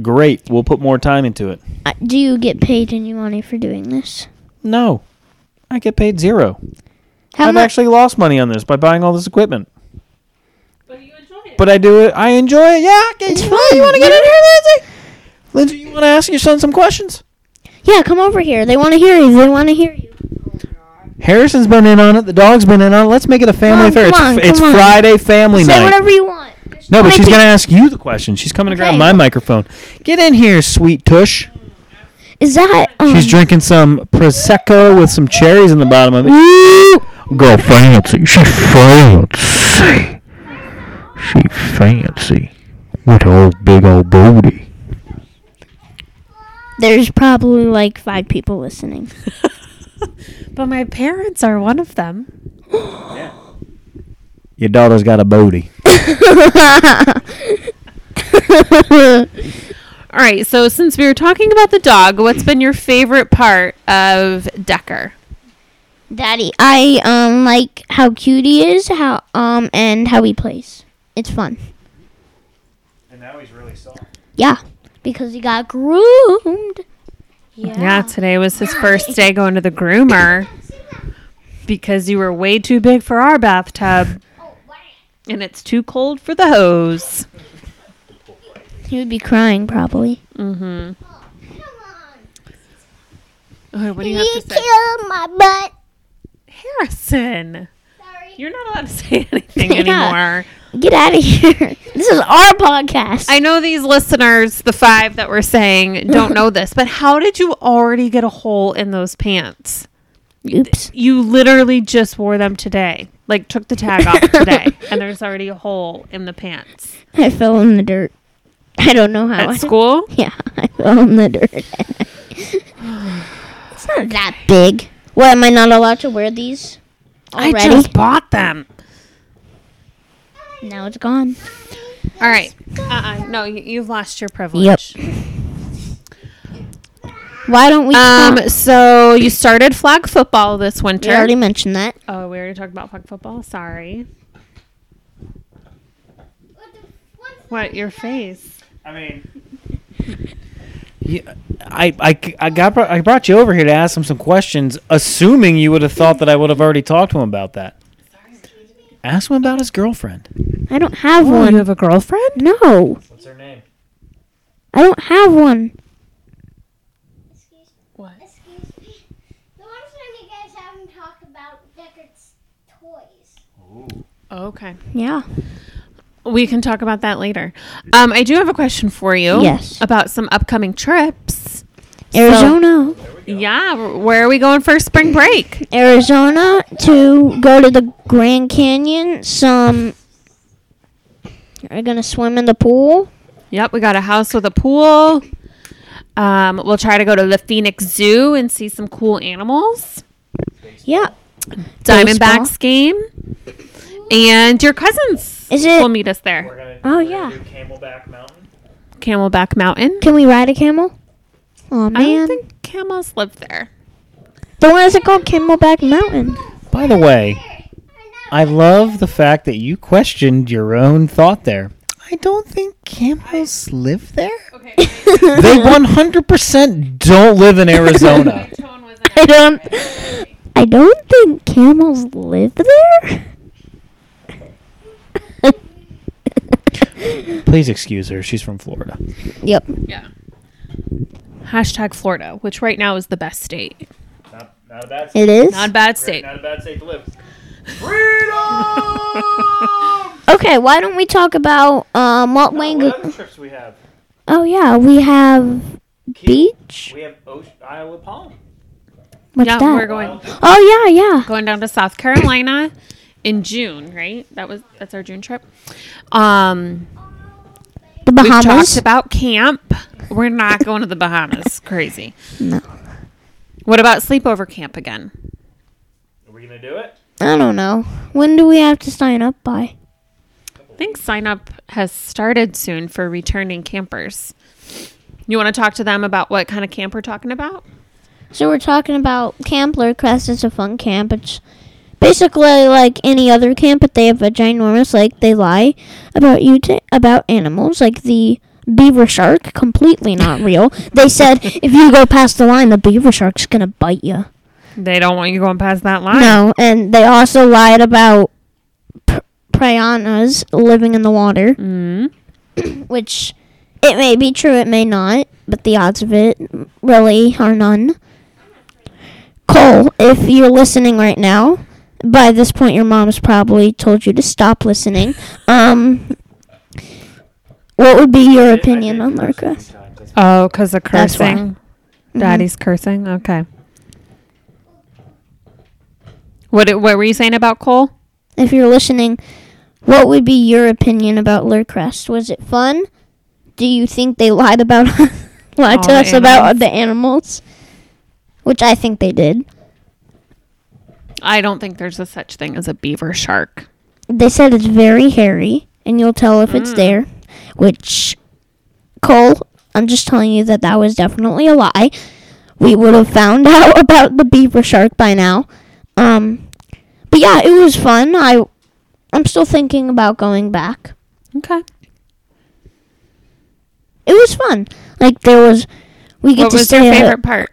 [SPEAKER 1] great. We'll put more time into it.
[SPEAKER 2] Uh, Do you get paid any money for doing this?
[SPEAKER 1] No, I get paid zero.
[SPEAKER 2] How
[SPEAKER 1] I've
[SPEAKER 2] much?
[SPEAKER 1] actually lost money on this by buying all this equipment.
[SPEAKER 5] But you enjoy it.
[SPEAKER 1] But I do it. I enjoy it. Yeah. Okay,
[SPEAKER 2] It's
[SPEAKER 1] you,
[SPEAKER 2] fun.
[SPEAKER 1] You want to get
[SPEAKER 2] You
[SPEAKER 1] in
[SPEAKER 2] know-
[SPEAKER 1] here, Lindsay? Lindsay, you want to ask your son some questions?
[SPEAKER 2] yeah, come over here. They want to hear you. They want to hear you.
[SPEAKER 1] Harrison's been in on it. The dog's been in on it. Let's make it a family
[SPEAKER 2] Mom,
[SPEAKER 1] affair. It's,
[SPEAKER 2] come on,
[SPEAKER 1] it's
[SPEAKER 2] come on.
[SPEAKER 1] Friday family
[SPEAKER 2] Say
[SPEAKER 1] night.
[SPEAKER 2] whatever you want. There's
[SPEAKER 1] No, but
[SPEAKER 2] many
[SPEAKER 1] she's
[SPEAKER 2] peop-
[SPEAKER 1] going to ask you the question. She's coming to grab
[SPEAKER 2] Okay.
[SPEAKER 1] my microphone. Get in here, sweet tush.
[SPEAKER 2] Is that? Um,
[SPEAKER 1] She's drinking some prosecco with some cherries in the bottom of it.
[SPEAKER 3] Woo! Go fancy. She fancy. She fancy. With her old big old booty.
[SPEAKER 2] There's probably like five people listening.
[SPEAKER 6] But my parents are one of them.
[SPEAKER 1] Your daughter's got a booty.
[SPEAKER 6] All right. So since we were talking about the dog, what's been your favorite part of Decker?
[SPEAKER 2] Daddy, I um like how cute he is, how um and how he plays. It's fun.
[SPEAKER 1] And now he's really soft.
[SPEAKER 2] Yeah, because he got groomed.
[SPEAKER 6] Yeah. Today was his first day going to the groomer because you were way too big for our bathtub. And it's too cold for the hose.
[SPEAKER 2] He would be crying probably.
[SPEAKER 6] Mm-hmm.
[SPEAKER 4] Come on.
[SPEAKER 6] what do you have to say?
[SPEAKER 4] kill my butt.
[SPEAKER 6] Harrison,
[SPEAKER 4] Sorry.
[SPEAKER 6] you're not allowed to say anything
[SPEAKER 2] Yeah.
[SPEAKER 6] anymore.
[SPEAKER 2] Get out of here. This is our podcast.
[SPEAKER 6] I know these listeners, the five that were saying, don't know this, but how did you already get a hole in those pants?
[SPEAKER 2] Oops.
[SPEAKER 6] You literally just wore them today. Like took the tag off today, and there's already a hole in the pants
[SPEAKER 2] I fell in the dirt. I don't know how. I,
[SPEAKER 6] at school.
[SPEAKER 2] yeah, I fell in the dirt. it's not that big. What am I not allowed to wear these? Already?
[SPEAKER 6] I just bought them.
[SPEAKER 2] now it's gone.
[SPEAKER 6] All right. Uh-uh. No, you, you've lost your privilege.
[SPEAKER 2] Why don't we? stop?
[SPEAKER 6] Um. So you started flag football this winter.
[SPEAKER 2] we already mentioned that.
[SPEAKER 6] oh, we already talked about flag football. Sorry. What your face?
[SPEAKER 1] I mean, yeah, I, I, I got br- I brought you over here to ask him some questions, assuming you would have thought that I would have already talked to him about that. Ask him about his girlfriend.
[SPEAKER 2] I don't Oh, have one.
[SPEAKER 6] have a girlfriend?
[SPEAKER 2] No,
[SPEAKER 1] What's her name?
[SPEAKER 2] I don't have one.
[SPEAKER 4] Excuse
[SPEAKER 6] What?
[SPEAKER 4] Excuse me. The one time you guys haven't talked about Deckard's toys.
[SPEAKER 6] Okay.
[SPEAKER 2] Yeah.
[SPEAKER 6] We can talk about that later. Um, I do have a question for you.
[SPEAKER 2] Yes.
[SPEAKER 6] About some upcoming trips.
[SPEAKER 2] Arizona,
[SPEAKER 6] Yeah. wh- Where are we going for spring break?
[SPEAKER 2] Arizona to go to the Grand Canyon. Some are gonna swim in the pool.
[SPEAKER 6] Yep. We got a house with a pool. Um, we'll try to go to the Phoenix Zoo and see some cool animals.
[SPEAKER 2] Yeah.
[SPEAKER 6] Diamondbacks game. And your cousins
[SPEAKER 2] Is
[SPEAKER 6] will
[SPEAKER 2] it?
[SPEAKER 6] meet us there.
[SPEAKER 1] gonna,
[SPEAKER 2] Oh yeah.
[SPEAKER 1] Camelback Mountain.
[SPEAKER 6] Camelback Mountain.
[SPEAKER 2] Can we ride a camel? Oh
[SPEAKER 6] I don't
[SPEAKER 2] man.
[SPEAKER 6] think camels live there.
[SPEAKER 2] the one is it called Camelback Mountain?
[SPEAKER 1] By the way, I love the fact that you questioned your own thought there. I don't think camels live there.
[SPEAKER 6] Okay.
[SPEAKER 1] They 100% don't live in Arizona.
[SPEAKER 2] I don't. I don't think camels live there.
[SPEAKER 1] Please excuse her. She's from Florida.
[SPEAKER 2] Yep.
[SPEAKER 6] Hashtag Florida, which right now is the best state.
[SPEAKER 1] Not, not a bad
[SPEAKER 2] It is.
[SPEAKER 6] Not a bad state.
[SPEAKER 1] a bad state to live.
[SPEAKER 2] Okay, why don't we talk about um what Wayne? Go-
[SPEAKER 1] trips we have?
[SPEAKER 2] oh yeah, we have beach.
[SPEAKER 1] We have ocean, Iowa Palm.
[SPEAKER 2] What's
[SPEAKER 6] yeah,
[SPEAKER 2] that?
[SPEAKER 6] we're going
[SPEAKER 2] oh yeah, yeah.
[SPEAKER 6] going down to South Carolina in June, right? That was that's our June trip. Um,
[SPEAKER 2] The
[SPEAKER 6] we talked
[SPEAKER 2] Bahamas.
[SPEAKER 6] about camp. We're not going to the Bahamas. Crazy.
[SPEAKER 2] No.
[SPEAKER 6] What about sleepover camp again?
[SPEAKER 1] Are we gonna do it?
[SPEAKER 2] I don't know. When do we have to sign up by?
[SPEAKER 6] I think sign up has started soon for returning campers. You want to talk to them about what kind of camp we're talking about?
[SPEAKER 2] So we're talking about Camp Lure Crest. It's a fun camp. It's basically like any other camp, but they have a ginormous lake. They lie about you t- about animals, like the beaver shark. Completely not real. they said if you go past the line, the beaver shark's gonna bite you.
[SPEAKER 6] They don't want you going past that line.
[SPEAKER 2] No, and they also lied about p- piranhas living in the water,
[SPEAKER 6] Mm.
[SPEAKER 2] which it may be true, it may not, but the odds of it really are none. Cole, if you're listening right now, by this point your mom's probably told you to stop listening. Um, what would be your opinion on Lurkus?
[SPEAKER 6] Oh, because of
[SPEAKER 2] That's why. Mm-hmm.
[SPEAKER 6] cursing. Daddy's cursing. Okay. What it- What were you saying about Cole?
[SPEAKER 2] if you're listening, what would be your opinion about Lurcrest? Was it fun? Do you think they lied about lied
[SPEAKER 6] All
[SPEAKER 2] to
[SPEAKER 6] the
[SPEAKER 2] us about the animals? Which I think they did.
[SPEAKER 6] I don't think there's a such thing as a beaver shark.
[SPEAKER 2] They said it's very hairy, and you'll tell if it's there. Which, Cole, I'm just telling you that that was definitely a lie. We would have found out about the beaver shark by now. Um, but yeah, it was fun. I, I'm still thinking about going back.
[SPEAKER 6] Okay.
[SPEAKER 2] it was fun. Like there was, we get
[SPEAKER 6] What
[SPEAKER 2] to
[SPEAKER 6] was
[SPEAKER 2] stay
[SPEAKER 6] your
[SPEAKER 2] at-
[SPEAKER 6] favorite part?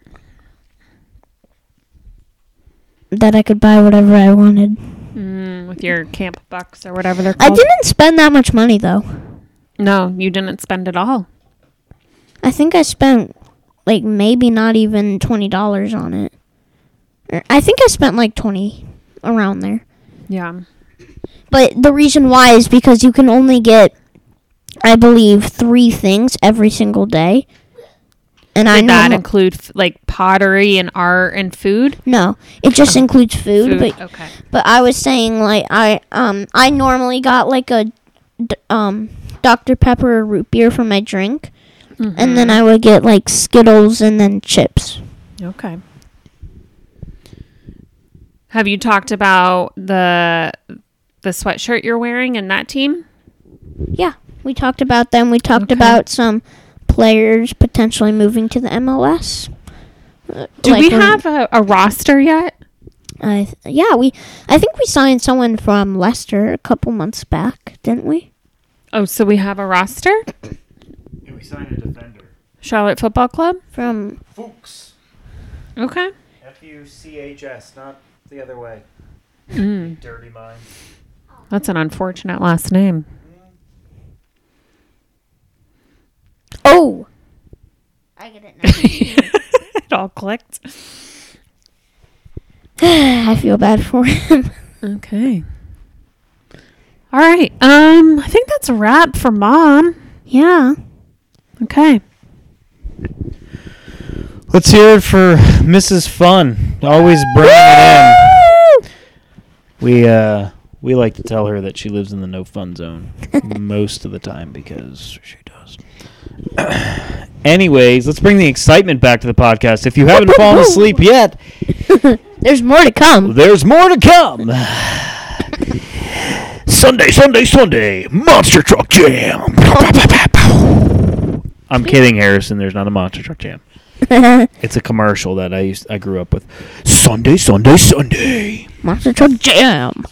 [SPEAKER 2] that I could buy whatever I wanted.
[SPEAKER 6] Mm, with your camp bucks or whatever they're
[SPEAKER 2] I
[SPEAKER 6] called.
[SPEAKER 2] didn't spend that much money though.
[SPEAKER 6] No, you didn't spend it all.
[SPEAKER 2] I think I spent like maybe not even twenty dollars on it. Or- I think I spent like twenty around there.
[SPEAKER 6] Yeah.
[SPEAKER 2] But the reason why is because you can only get, I believe, three things every single day. And I
[SPEAKER 6] Did
[SPEAKER 2] know
[SPEAKER 6] that include f- like pottery and art and food?
[SPEAKER 2] no, it just includes
[SPEAKER 6] Food.
[SPEAKER 2] food. But
[SPEAKER 6] okay.
[SPEAKER 2] But I was saying like I um I normally got like a d- um Dr Pepper or root beer for my drink,
[SPEAKER 6] Mm-hmm.
[SPEAKER 2] and then I would get like Skittles and then chips.
[SPEAKER 6] Okay. Have you talked about the the sweatshirt you're wearing and that team?
[SPEAKER 2] Yeah, we talked about them. We talked
[SPEAKER 6] Okay.
[SPEAKER 2] about some players potentially moving to the MLS. Uh,
[SPEAKER 6] Do
[SPEAKER 2] like
[SPEAKER 6] we
[SPEAKER 2] when-
[SPEAKER 6] have a, a roster yet?
[SPEAKER 2] I th- yeah, we. I think we signed someone from Leicester a couple months back, didn't we?
[SPEAKER 6] Oh, so we have a roster?
[SPEAKER 1] we signed a defender.
[SPEAKER 6] Charlotte Football Club?
[SPEAKER 2] From
[SPEAKER 1] Fuchs.
[SPEAKER 6] Okay.
[SPEAKER 1] F U C H S, not the other way.
[SPEAKER 6] Mm,
[SPEAKER 1] Dirty mind.
[SPEAKER 6] that's an unfortunate last name.
[SPEAKER 2] oh, I get it now.
[SPEAKER 6] it all clicked.
[SPEAKER 2] I feel bad for him.
[SPEAKER 6] Okay. All right. Um, I think that's a wrap for mom.
[SPEAKER 2] yeah.
[SPEAKER 6] Okay.
[SPEAKER 1] Let's hear it for Mrs. Fun. Always bringing it in. We uh we like to tell her that she lives in the no fun zone most of the time because she does. Anyways, let's bring the excitement back to the podcast. If you haven't fallen asleep yet,
[SPEAKER 2] There's more to come.
[SPEAKER 1] there's more to come. Sunday, Sunday, Sunday, Monster Truck Jam. I'm kidding, Harrison. There's not a Monster Truck Jam. It's a commercial that I used I grew up with. Sunday, Sunday, Sunday.
[SPEAKER 2] Monster Truck Jam.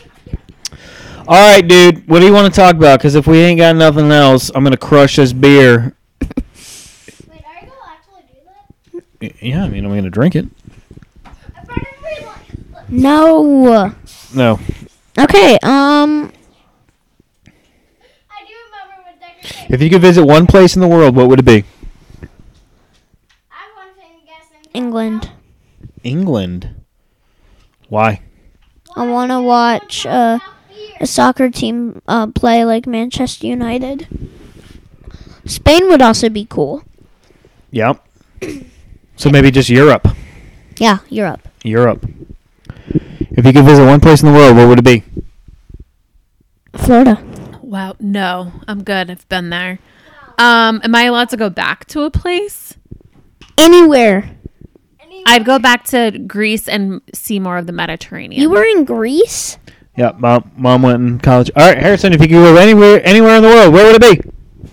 [SPEAKER 1] All right, dude. What do you want to talk about? Because if we ain't got nothing else, I'm gonna crush this beer.
[SPEAKER 4] Wait, are you gonna actually do that?
[SPEAKER 1] Y- Yeah, I mean I'm gonna drink it.
[SPEAKER 4] I brought a free one. Look,
[SPEAKER 2] No.
[SPEAKER 1] No.
[SPEAKER 2] Okay. Um.
[SPEAKER 4] I do remember what Decker said.
[SPEAKER 1] If you could visit one place in the world, what would it be?
[SPEAKER 4] I want to guess and count
[SPEAKER 2] England.
[SPEAKER 1] England. Why?
[SPEAKER 2] I want to watch uh, a soccer team uh, play like Manchester United. Spain would also be cool.
[SPEAKER 1] Yep. So maybe just Europe.
[SPEAKER 2] Yeah, Europe.
[SPEAKER 1] Europe. If you could visit one place in the world, what would it be?
[SPEAKER 2] Florida.
[SPEAKER 6] Wow. No, I'm good. I've been there. Um, am I allowed to go back to a place?
[SPEAKER 2] Anywhere.
[SPEAKER 4] Any
[SPEAKER 6] I'd go back to Greece and see more of the Mediterranean.
[SPEAKER 2] You were in Greece?
[SPEAKER 1] Yeah, mom, mom went in college. All right, Harrison, if you could go anywhere, anywhere in the world, where would it be?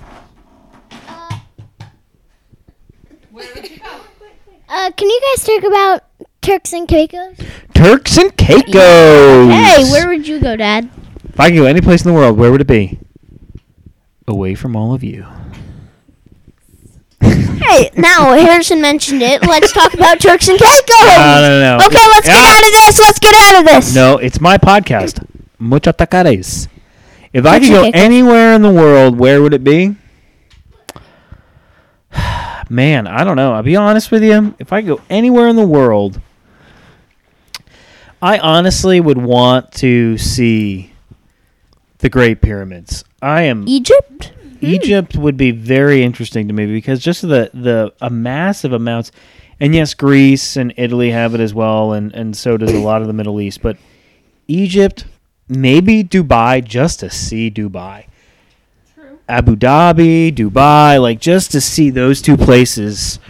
[SPEAKER 4] Uh, can you guys talk about Turks and Caicos?
[SPEAKER 1] Turks and Caicos.
[SPEAKER 2] Hey, where would you go, Dad?
[SPEAKER 1] If I could go any place in the world, where would it be? Away from all of you.
[SPEAKER 2] Hey, now Harrison mentioned it. Let's talk about Turks and Caicos.
[SPEAKER 1] No, no, no.
[SPEAKER 2] Oh. Okay, let's get
[SPEAKER 1] Yeah.
[SPEAKER 2] out of this. Let's get out of this.
[SPEAKER 1] No, it's my podcast. Mucha Tacares. If I could
[SPEAKER 2] Mucho
[SPEAKER 1] go
[SPEAKER 2] Tacos.
[SPEAKER 1] anywhere in the world, where would it be? Man, I don't know. I'll be honest with you. If I could go anywhere in the world, I honestly would want to see the Great Pyramids. I am
[SPEAKER 2] Egypt?
[SPEAKER 1] Egypt would be very interesting to me because just the the a massive amounts, and yes, Greece and Italy have it as well, and and so does a lot of the Middle East. But Egypt, maybe Dubai, just to see Dubai, Abu Dhabi, Dubai, like just to see those two places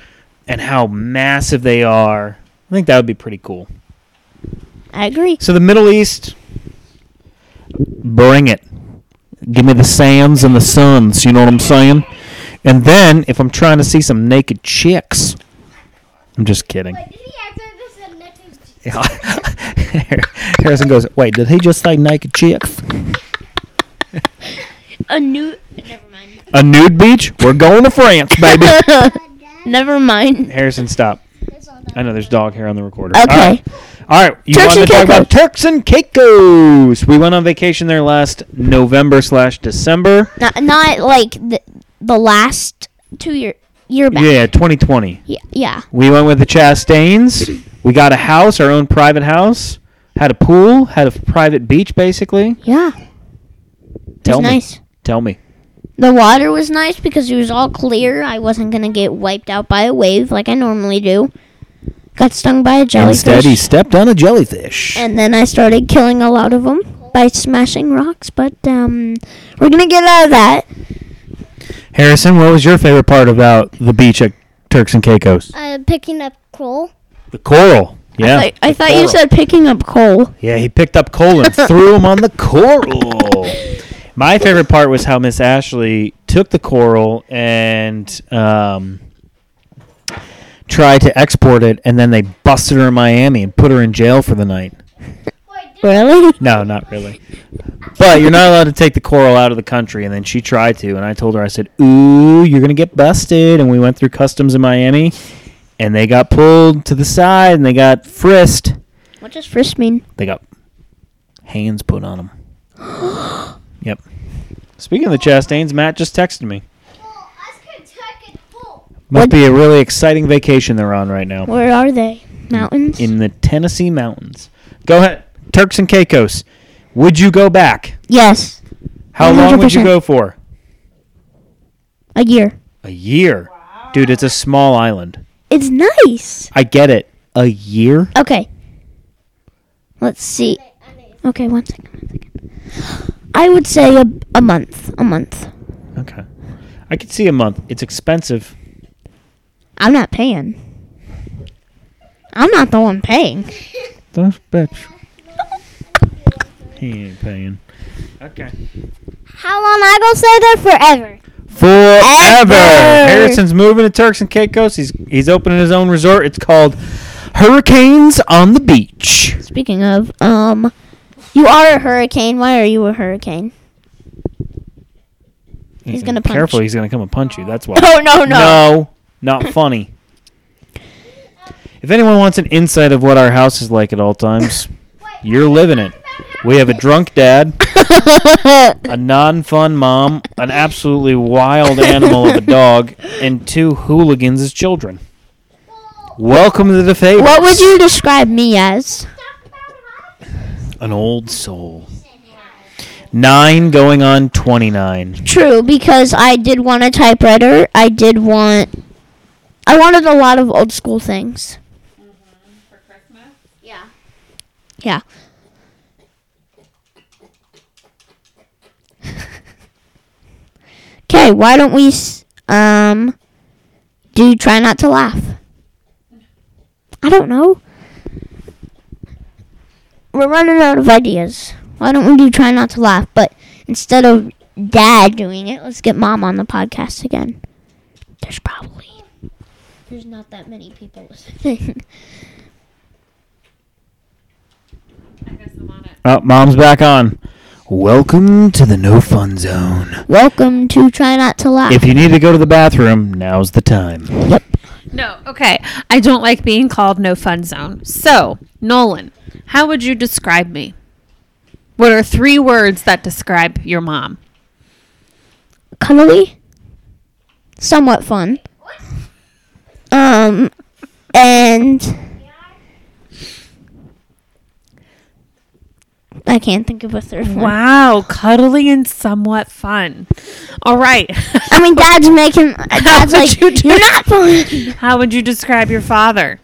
[SPEAKER 1] and how massive they are. I think that would be pretty cool.
[SPEAKER 2] I agree.
[SPEAKER 1] So the Middle East, bring it. Give me the sands and the suns. You know what I'm saying? And then if I'm trying to see some naked chicks, I'm just kidding.
[SPEAKER 4] Wait, did he answer this in Nick's
[SPEAKER 1] Harrison goes, wait, did he just say naked chicks?
[SPEAKER 2] A new. Never mind.
[SPEAKER 1] A nude beach? We're going to France, baby.
[SPEAKER 2] Never mind.
[SPEAKER 1] Harrison, stop. I know there's dog hair on the recorder.
[SPEAKER 2] Okay.
[SPEAKER 1] All right. All right, you
[SPEAKER 2] Turks
[SPEAKER 1] wanted to
[SPEAKER 2] and
[SPEAKER 1] talk about Turks and Caicos. We went on vacation there last November slash December.
[SPEAKER 2] Not, not like the, the last two year year back.
[SPEAKER 1] Yeah, 2020.
[SPEAKER 2] Yeah. yeah.
[SPEAKER 1] We went with the Chastains. We got a house, our own private house. Had a pool, had a private beach, basically.
[SPEAKER 2] Yeah.
[SPEAKER 1] Tell
[SPEAKER 2] it was
[SPEAKER 1] me,
[SPEAKER 2] nice.
[SPEAKER 1] tell me.
[SPEAKER 2] The water was nice because it was all clear. I wasn't gonna get wiped out by a wave like I normally do. Got stung by a jellyfish.
[SPEAKER 1] Instead, he stepped on a jellyfish.
[SPEAKER 2] And then I started killing a lot of them by smashing rocks, but um, we're gonna get out of that.
[SPEAKER 1] Harrison, what was your favorite part about the beach at Turks and Caicos?
[SPEAKER 4] Uh, picking up coal.
[SPEAKER 1] The coral. Yeah,
[SPEAKER 2] I, I
[SPEAKER 1] the
[SPEAKER 2] thought
[SPEAKER 1] coral.
[SPEAKER 2] you said picking up coal.
[SPEAKER 1] Yeah, he picked up coal and threw him on the coral. My favorite part was how Miss Ashley took the coral and um, tried to export it, and then they busted her in Miami and put her in jail for the night.
[SPEAKER 2] Really?
[SPEAKER 1] No, not really. But you're not allowed to take the coral out of the country, and then she tried to, and I told her, I said, "Ooh, you're gonna get busted." And we went through customs in Miami, and they got pulled to the side, and they got frisked.
[SPEAKER 2] What does frisk mean?
[SPEAKER 1] They got hands put on them. yep. Speaking of the Chastains, Matt just texted me.
[SPEAKER 4] Well, us Kentucky coal.
[SPEAKER 1] Must be a really exciting vacation they're on right now
[SPEAKER 2] Where are they? Mountains.
[SPEAKER 1] in the Tennessee mountains. Go ahead, Turks and Caicos. Would you go back?
[SPEAKER 2] yes,
[SPEAKER 1] How long would you
[SPEAKER 2] 100%.
[SPEAKER 1] go for?
[SPEAKER 2] a year.
[SPEAKER 1] A year, dude. It's a small island.
[SPEAKER 2] It's nice.
[SPEAKER 1] I get it. A year.
[SPEAKER 2] Okay. Let's see. Okay, one second. One second. I would say a, a month. A month.
[SPEAKER 1] Okay. I could see a month. It's expensive.
[SPEAKER 2] I'm not paying. I'm not the one paying.
[SPEAKER 1] That's bitch. He ain't paying. Okay.
[SPEAKER 4] How long I gonna stay there forever?
[SPEAKER 1] Forever. Harrison's moving to Turks and Caicos. He's he's opening his own resort. It's called Hurricanes on the Beach.
[SPEAKER 2] Speaking of, um, you are a hurricane. Why are you a hurricane? He's gonna punch.
[SPEAKER 1] Careful, he's gonna come and punch you. That's why.
[SPEAKER 2] Oh no no.
[SPEAKER 1] No, not funny. If anyone wants an insight of what our house is like at all times, you're living it. We have a drunk dad, a non-fun mom, an absolutely wild animal of a dog, and two hooligans as children. Welcome to the favor.
[SPEAKER 2] What would you describe me as?
[SPEAKER 1] An old soul. Nine going on twenty-nine.
[SPEAKER 2] True, because I did want a typewriter. I did want. I wanted a lot of old school things.
[SPEAKER 5] Mm-hmm. For Christmas?
[SPEAKER 2] Yeah. Okay, why don't we s- um do try not to laugh? I I don't know. We're running out of ideas. Why don't we do try not to laugh? But instead of dad doing it, let's get mom on the podcast again. There's probably there's not that many people listening.
[SPEAKER 5] I guess I'm on it.
[SPEAKER 1] Oh, mom's back on. Welcome to the no fun zone.
[SPEAKER 2] Welcome to try not to laugh.
[SPEAKER 1] If you need to go to the bathroom, now's the time.
[SPEAKER 6] No, okay. I don't like being called no fun zone. So, Nolan, how would you describe me? What are three words that describe your mom?
[SPEAKER 2] cuddly, somewhat fun. Um, and I can't think of a third one.
[SPEAKER 6] Wow, cuddly and somewhat fun. All right.
[SPEAKER 2] I mean, Dad's making. Dad's
[SPEAKER 6] would
[SPEAKER 2] like,
[SPEAKER 6] you
[SPEAKER 2] you
[SPEAKER 6] do
[SPEAKER 2] are not fun.
[SPEAKER 6] how would you describe your father?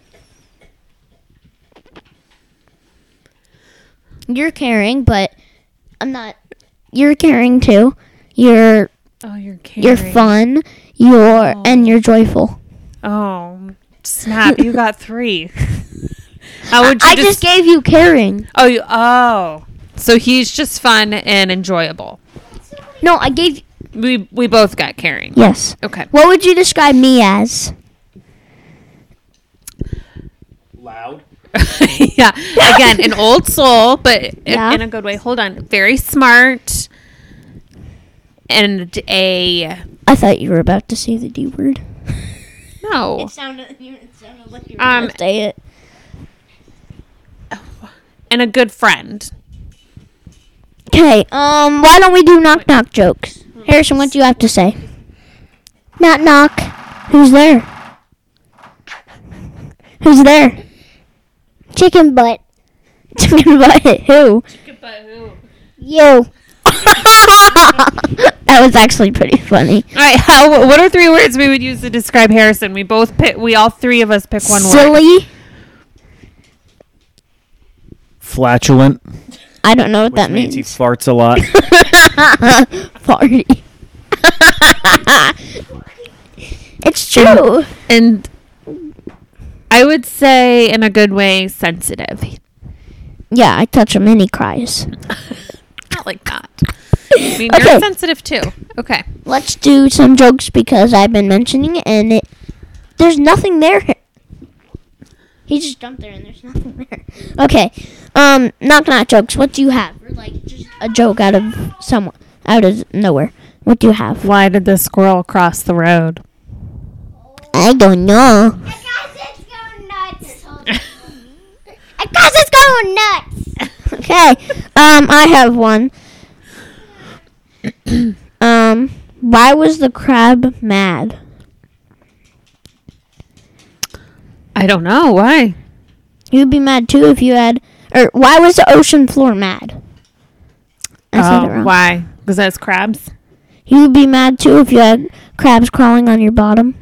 [SPEAKER 2] You're caring, but I'm not. You're caring too. You're
[SPEAKER 6] Oh, you're caring.
[SPEAKER 2] you're fun. You're and you're joyful.
[SPEAKER 6] Oh, snap! You got three. How would you?
[SPEAKER 2] I just gave you caring.
[SPEAKER 6] Oh, you, oh. So he's just fun and enjoyable.
[SPEAKER 2] No, I gave.
[SPEAKER 6] We we both got caring.
[SPEAKER 2] Yes.
[SPEAKER 6] Okay.
[SPEAKER 2] What would you describe me as?
[SPEAKER 1] Loud.
[SPEAKER 6] yeah. Again, an old soul, but i-
[SPEAKER 2] Yeah.
[SPEAKER 6] in a good way. Hold on. Very smart. And a
[SPEAKER 2] I thought you were about to say the D word.
[SPEAKER 6] no.
[SPEAKER 4] sounded, it sounded like you
[SPEAKER 6] Um,
[SPEAKER 2] Say it.
[SPEAKER 6] and a good friend.
[SPEAKER 2] Okay, um, why don't we do knock knock jokes? Harrison, what do you have to say? Knock knock. Who's there? Who's there?
[SPEAKER 4] Chicken butt.
[SPEAKER 2] Chicken butt. Who?
[SPEAKER 4] You.
[SPEAKER 2] that was actually pretty funny.
[SPEAKER 6] All right. How? What are three words we would use to describe Harrison? We both pick. We all three of us pick one word.
[SPEAKER 2] Silly.
[SPEAKER 1] Flatulent,
[SPEAKER 2] I don't know what
[SPEAKER 1] which
[SPEAKER 2] that
[SPEAKER 1] means
[SPEAKER 2] means.
[SPEAKER 1] he farts a lot.
[SPEAKER 2] Party. it's true.
[SPEAKER 6] And I would say, in a good way, sensitive.
[SPEAKER 2] Yeah, I touch him and he cries.
[SPEAKER 6] Not like that. I mean, you're
[SPEAKER 2] Okay.
[SPEAKER 6] sensitive too. Okay.
[SPEAKER 2] Let's do some jokes because I've been mentioning it and it there's nothing there. He just jumped there and there's nothing there. Okay. Um knock knock jokes. What do you have? Or like just a joke out of someone out of nowhere. What do you have?
[SPEAKER 6] Why did the squirrel cross the road?
[SPEAKER 2] I don't know.
[SPEAKER 4] I guess it's going nuts. I guess it's going nuts.
[SPEAKER 2] Okay. Um I have one. um why was the crab mad?
[SPEAKER 6] I don't know. Why?
[SPEAKER 2] You'd be mad too if you had or why was the ocean floor mad? I said it wrong.
[SPEAKER 6] Uh, Oh, why? Because that's crabs.
[SPEAKER 2] You'd be mad too if you had crabs crawling on your bottom.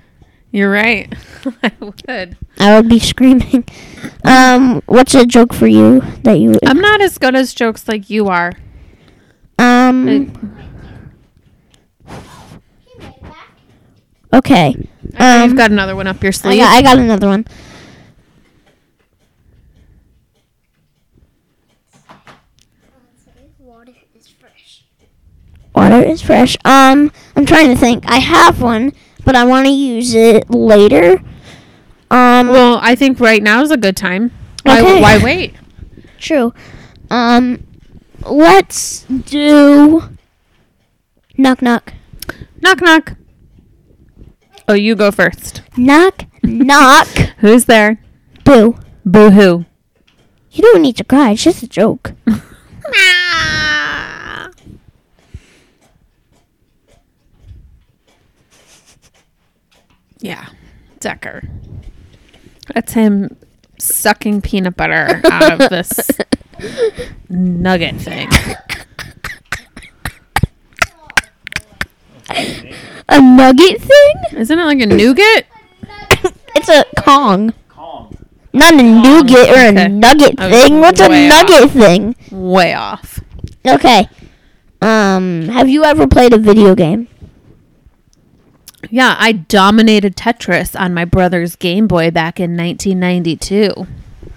[SPEAKER 6] You're right. I would.
[SPEAKER 2] I would be screaming. Um, what's a joke for you that you would-
[SPEAKER 6] I'm not as good as jokes like you are.
[SPEAKER 2] um
[SPEAKER 6] Mm.
[SPEAKER 2] okay.
[SPEAKER 6] I know
[SPEAKER 2] Um,
[SPEAKER 6] you've got another one up your
[SPEAKER 2] I
[SPEAKER 6] sleeve.
[SPEAKER 2] got, I got another one.
[SPEAKER 4] Water is fresh.
[SPEAKER 2] Water is fresh. Um, I'm trying to think. I have one, but I want to use it later. Um,
[SPEAKER 6] well, I think right now is a good time. Why,
[SPEAKER 2] Okay.
[SPEAKER 6] why wait?
[SPEAKER 2] true. Um, let's do knock knock
[SPEAKER 6] Knock, knock. Oh, you go first.
[SPEAKER 2] knock knock.
[SPEAKER 6] Who's there?
[SPEAKER 2] Boo!
[SPEAKER 6] Boo hoo.
[SPEAKER 2] You don't need to cry. It's just a joke.
[SPEAKER 6] Yeah, Decker. That's him sucking peanut butter out of this nugget thing.
[SPEAKER 2] A nugget thing?
[SPEAKER 6] Isn't it like a nougat?
[SPEAKER 2] It's a Kong.
[SPEAKER 1] Kong.
[SPEAKER 2] Not a nougat or a
[SPEAKER 6] okay.
[SPEAKER 2] nugget
[SPEAKER 6] I was
[SPEAKER 2] thing. What's a
[SPEAKER 6] way
[SPEAKER 2] nugget thing?
[SPEAKER 6] Way off.
[SPEAKER 2] Okay. Um, have you ever played a video game?
[SPEAKER 6] Yeah, I dominated Tetris on my brother's Game Boy back in 1992.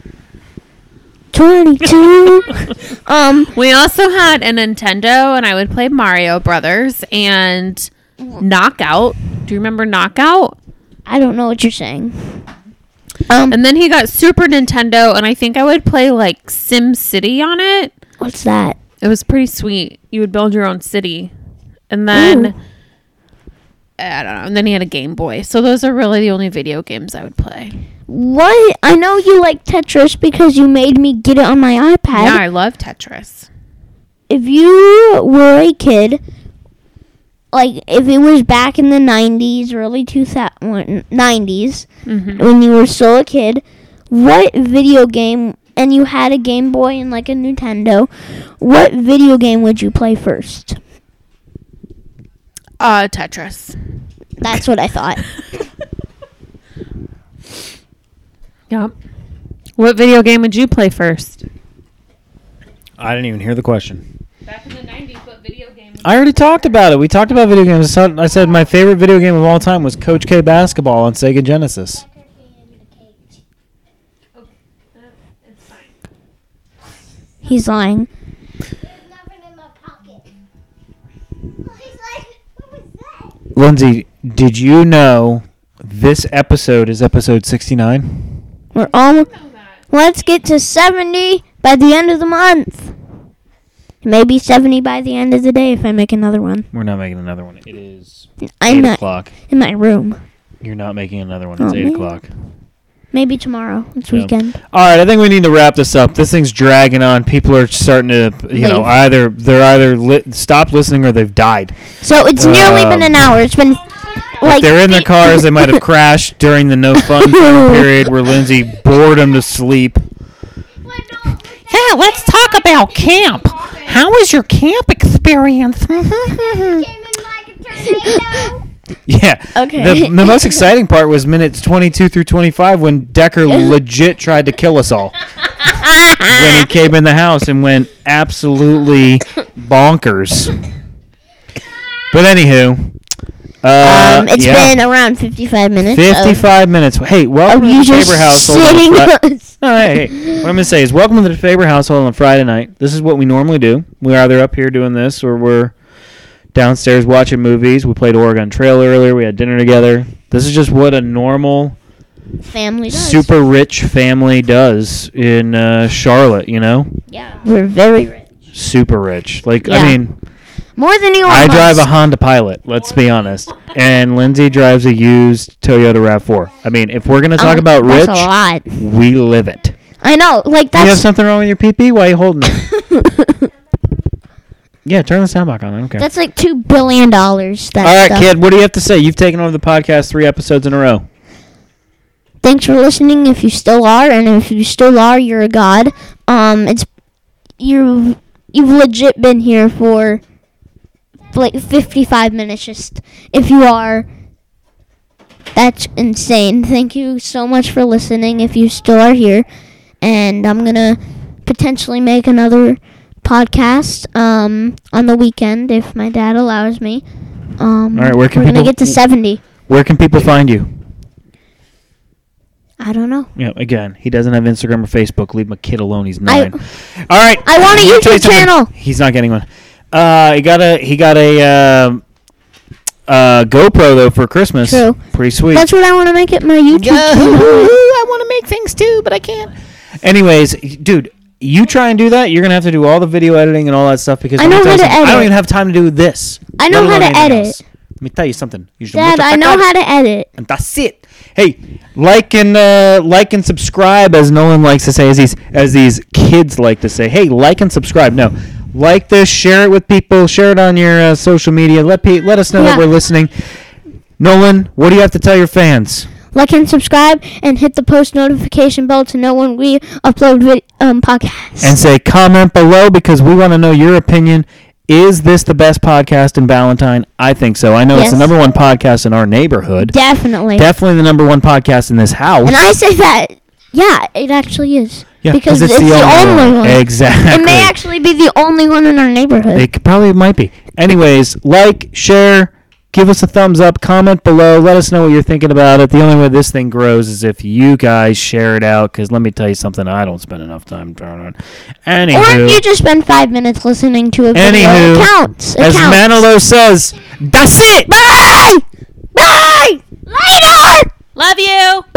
[SPEAKER 2] 22. um,
[SPEAKER 6] We also had a Nintendo, and I would play Mario Brothers and Knockout. Do you remember Knockout?
[SPEAKER 2] I don't know what you're saying. Um,
[SPEAKER 6] And then he got Super Nintendo, and I think I would play like Sim City on it.
[SPEAKER 2] what's that?
[SPEAKER 6] It was pretty sweet. You would build your own city, and then
[SPEAKER 2] Ooh.
[SPEAKER 6] I don't know. And then he had a Game Boy. So those are really the only video games I would play.
[SPEAKER 2] What? I know you like Tetris because you made me get it on my iPad.
[SPEAKER 6] yeah, I love Tetris.
[SPEAKER 2] if you were a kid, like if it was back in the 90s, early 2000, 90s,
[SPEAKER 6] Mm-hmm.
[SPEAKER 2] when you were still a kid, what video game, and you had a Game Boy and like a Nintendo, what video game would you play first?
[SPEAKER 6] Uh, Tetris.
[SPEAKER 2] That's what I thought.
[SPEAKER 6] Yep. What video game would you play first?
[SPEAKER 1] I didn't even hear the question.
[SPEAKER 5] Back in the 90s, what video game? was-
[SPEAKER 1] I already talked about it. We talked about video games. I said- I said my favorite video game of all time was Coach K Basketball on Sega Genesis.
[SPEAKER 5] It's fine.
[SPEAKER 2] He's lying.
[SPEAKER 4] There's nothing in my pocket. Well, he's like, what was that?
[SPEAKER 1] Lindsay, did you know this episode is episode 69?
[SPEAKER 2] We're almost.
[SPEAKER 5] I know that.
[SPEAKER 2] Let's get to 70 by the end of the month. Maybe 70 by the end of the day if I make another one.
[SPEAKER 1] We're not making another one. It is
[SPEAKER 2] I'm
[SPEAKER 1] 8
[SPEAKER 2] not
[SPEAKER 1] o'clock.
[SPEAKER 2] in my room.
[SPEAKER 1] You're not making another one.
[SPEAKER 2] Oh,
[SPEAKER 1] It's 8
[SPEAKER 2] man.
[SPEAKER 1] o'clock.
[SPEAKER 2] Maybe tomorrow. It's
[SPEAKER 1] Yeah.
[SPEAKER 2] weekend.
[SPEAKER 1] All right, I think we need to wrap this up. This thing's dragging on. People are starting to, you know,
[SPEAKER 2] Leave.
[SPEAKER 1] either they're either li- stopped listening or they've died.
[SPEAKER 2] So it's nearly been
[SPEAKER 1] Um,
[SPEAKER 2] an hour. It's been like
[SPEAKER 1] if they're in their
[SPEAKER 2] fi-
[SPEAKER 1] cars, they might have crashed during the no fun zone period where Lindsay bored them to sleep.
[SPEAKER 4] Well, no,
[SPEAKER 7] Yeah,
[SPEAKER 4] it was that.
[SPEAKER 7] let's talk about camp. How was your camp experience?
[SPEAKER 2] Um,
[SPEAKER 4] Came in like a tornado.
[SPEAKER 1] Yeah.
[SPEAKER 2] Okay.
[SPEAKER 1] The, the most exciting part was minutes 22 through 25 when Decker legit tried to kill us all. when he came in the house and went absolutely bonkers. But anywho, uh,
[SPEAKER 2] um, it's
[SPEAKER 1] yeah.
[SPEAKER 2] been around 55 minutes. of-
[SPEAKER 1] 55 minutes. Hey,
[SPEAKER 2] Of,
[SPEAKER 1] welcome to
[SPEAKER 2] you
[SPEAKER 1] the
[SPEAKER 2] just
[SPEAKER 1] Faber household. on
[SPEAKER 2] sitting.
[SPEAKER 1] Fri-
[SPEAKER 2] on s-
[SPEAKER 1] no, hey, hey. What I'm gonna say is, welcome to the Faber household on Friday night. This is what we normally do. We're either up here doing this, or we're downstairs watching movies. We played Oregon Trail earlier. We had dinner together. This is just what a normal,
[SPEAKER 2] family does.
[SPEAKER 1] super rich family does in uh, Charlotte. You know,
[SPEAKER 2] Yeah. We're very rich.
[SPEAKER 1] super rich. Like
[SPEAKER 2] Yeah. Oh,
[SPEAKER 1] I mean,
[SPEAKER 2] More than Elon
[SPEAKER 1] I
[SPEAKER 2] Musk.
[SPEAKER 1] drive a Honda Pilot. Let's be honest. And Lindsay drives a used Toyota Rav4. I mean, if we're gonna talk
[SPEAKER 2] Um,
[SPEAKER 1] about
[SPEAKER 2] that's
[SPEAKER 1] rich,
[SPEAKER 2] a lot.
[SPEAKER 1] we live it.
[SPEAKER 2] I know. Like
[SPEAKER 1] you have
[SPEAKER 2] that's
[SPEAKER 1] something wrong with your pee pee? Why are you holding it? Yeah, turn the sound back on. I don't care.
[SPEAKER 2] that's like two billion dollars. That
[SPEAKER 1] All right,
[SPEAKER 2] stuff.
[SPEAKER 1] kid. What do you have to say? You've taken over the podcast three episodes in a row.
[SPEAKER 2] thanks for listening if you still are and if you still are you're a god um it's you you've legit been here for like 55 minutes just if you are that's insane thank you so much for listening if you still are here and i'm gonna potentially make another podcast um on the weekend if my dad allows me um
[SPEAKER 1] All right, where can
[SPEAKER 2] we're gonna
[SPEAKER 1] people-
[SPEAKER 2] get to 70
[SPEAKER 1] Where can people find you?
[SPEAKER 2] i don't know
[SPEAKER 1] Yeah, again, he doesn't have Instagram or Facebook. Leave my kid alone. He's
[SPEAKER 2] I-
[SPEAKER 1] nine. All right.
[SPEAKER 2] I want a
[SPEAKER 1] let me tell you
[SPEAKER 2] YouTube
[SPEAKER 1] something.
[SPEAKER 2] channel.
[SPEAKER 1] He's not getting one. Uh, he got a he got a um uh, GoPro though for Christmas.
[SPEAKER 2] True.
[SPEAKER 1] Pretty sweet.
[SPEAKER 2] That's what I want to make it my YouTube. channel.
[SPEAKER 7] I want to make things too, but I can't.
[SPEAKER 1] Anyways, dude, you try and do that. You're gonna have to do all the video editing and all that stuff because
[SPEAKER 2] I
[SPEAKER 1] let me tell
[SPEAKER 2] know how
[SPEAKER 1] you
[SPEAKER 2] to
[SPEAKER 1] something, I don't
[SPEAKER 2] edit.
[SPEAKER 1] even have time to do this.
[SPEAKER 2] I know
[SPEAKER 1] let
[SPEAKER 2] how
[SPEAKER 1] alone
[SPEAKER 2] to
[SPEAKER 1] anything
[SPEAKER 2] edit.
[SPEAKER 1] else. Let me tell you something. You should
[SPEAKER 2] Dad, I know how to edit.
[SPEAKER 1] And that's it. Hey, like and uh, like and subscribe, as Nolan likes to say, as these as these kids like to say. Hey, like and subscribe. No, like this, share it with people, share it on your uh, social media. Let pe- let us know that
[SPEAKER 2] Yeah.
[SPEAKER 1] we're listening. Nolan, what do you have to tell your fans?
[SPEAKER 2] Like and subscribe, and hit the post notification bell to know when we upload vid- um podcasts.
[SPEAKER 1] and say comment below because we want to know your opinion. Is this the best podcast in Valentine? I think so. I know it's the
[SPEAKER 2] Yes.
[SPEAKER 1] number one podcast in our neighborhood.
[SPEAKER 2] Definitely.
[SPEAKER 1] Definitely the number one podcast in this house.
[SPEAKER 2] and I say that. Yeah, it actually is.
[SPEAKER 1] Yeah,
[SPEAKER 2] because it's, the, only, one.
[SPEAKER 1] Exactly.
[SPEAKER 2] It may actually be the only one in our neighborhood.
[SPEAKER 1] It could- probably might be. Anyways, like, share, Give us a thumbs up, comment below, let us know what you're thinking about it. The only way this thing grows is if you guys share it out. Because let me tell you something, I don't spend enough time trying on. Anywho,
[SPEAKER 2] Or if you just spend five minutes listening to a video,
[SPEAKER 1] Anywho,
[SPEAKER 2] it counts. It
[SPEAKER 1] as
[SPEAKER 2] counts.
[SPEAKER 1] Manilo says, that's it.
[SPEAKER 2] Bye! Bye! Later!
[SPEAKER 6] Love you.
[SPEAKER 2] Bye!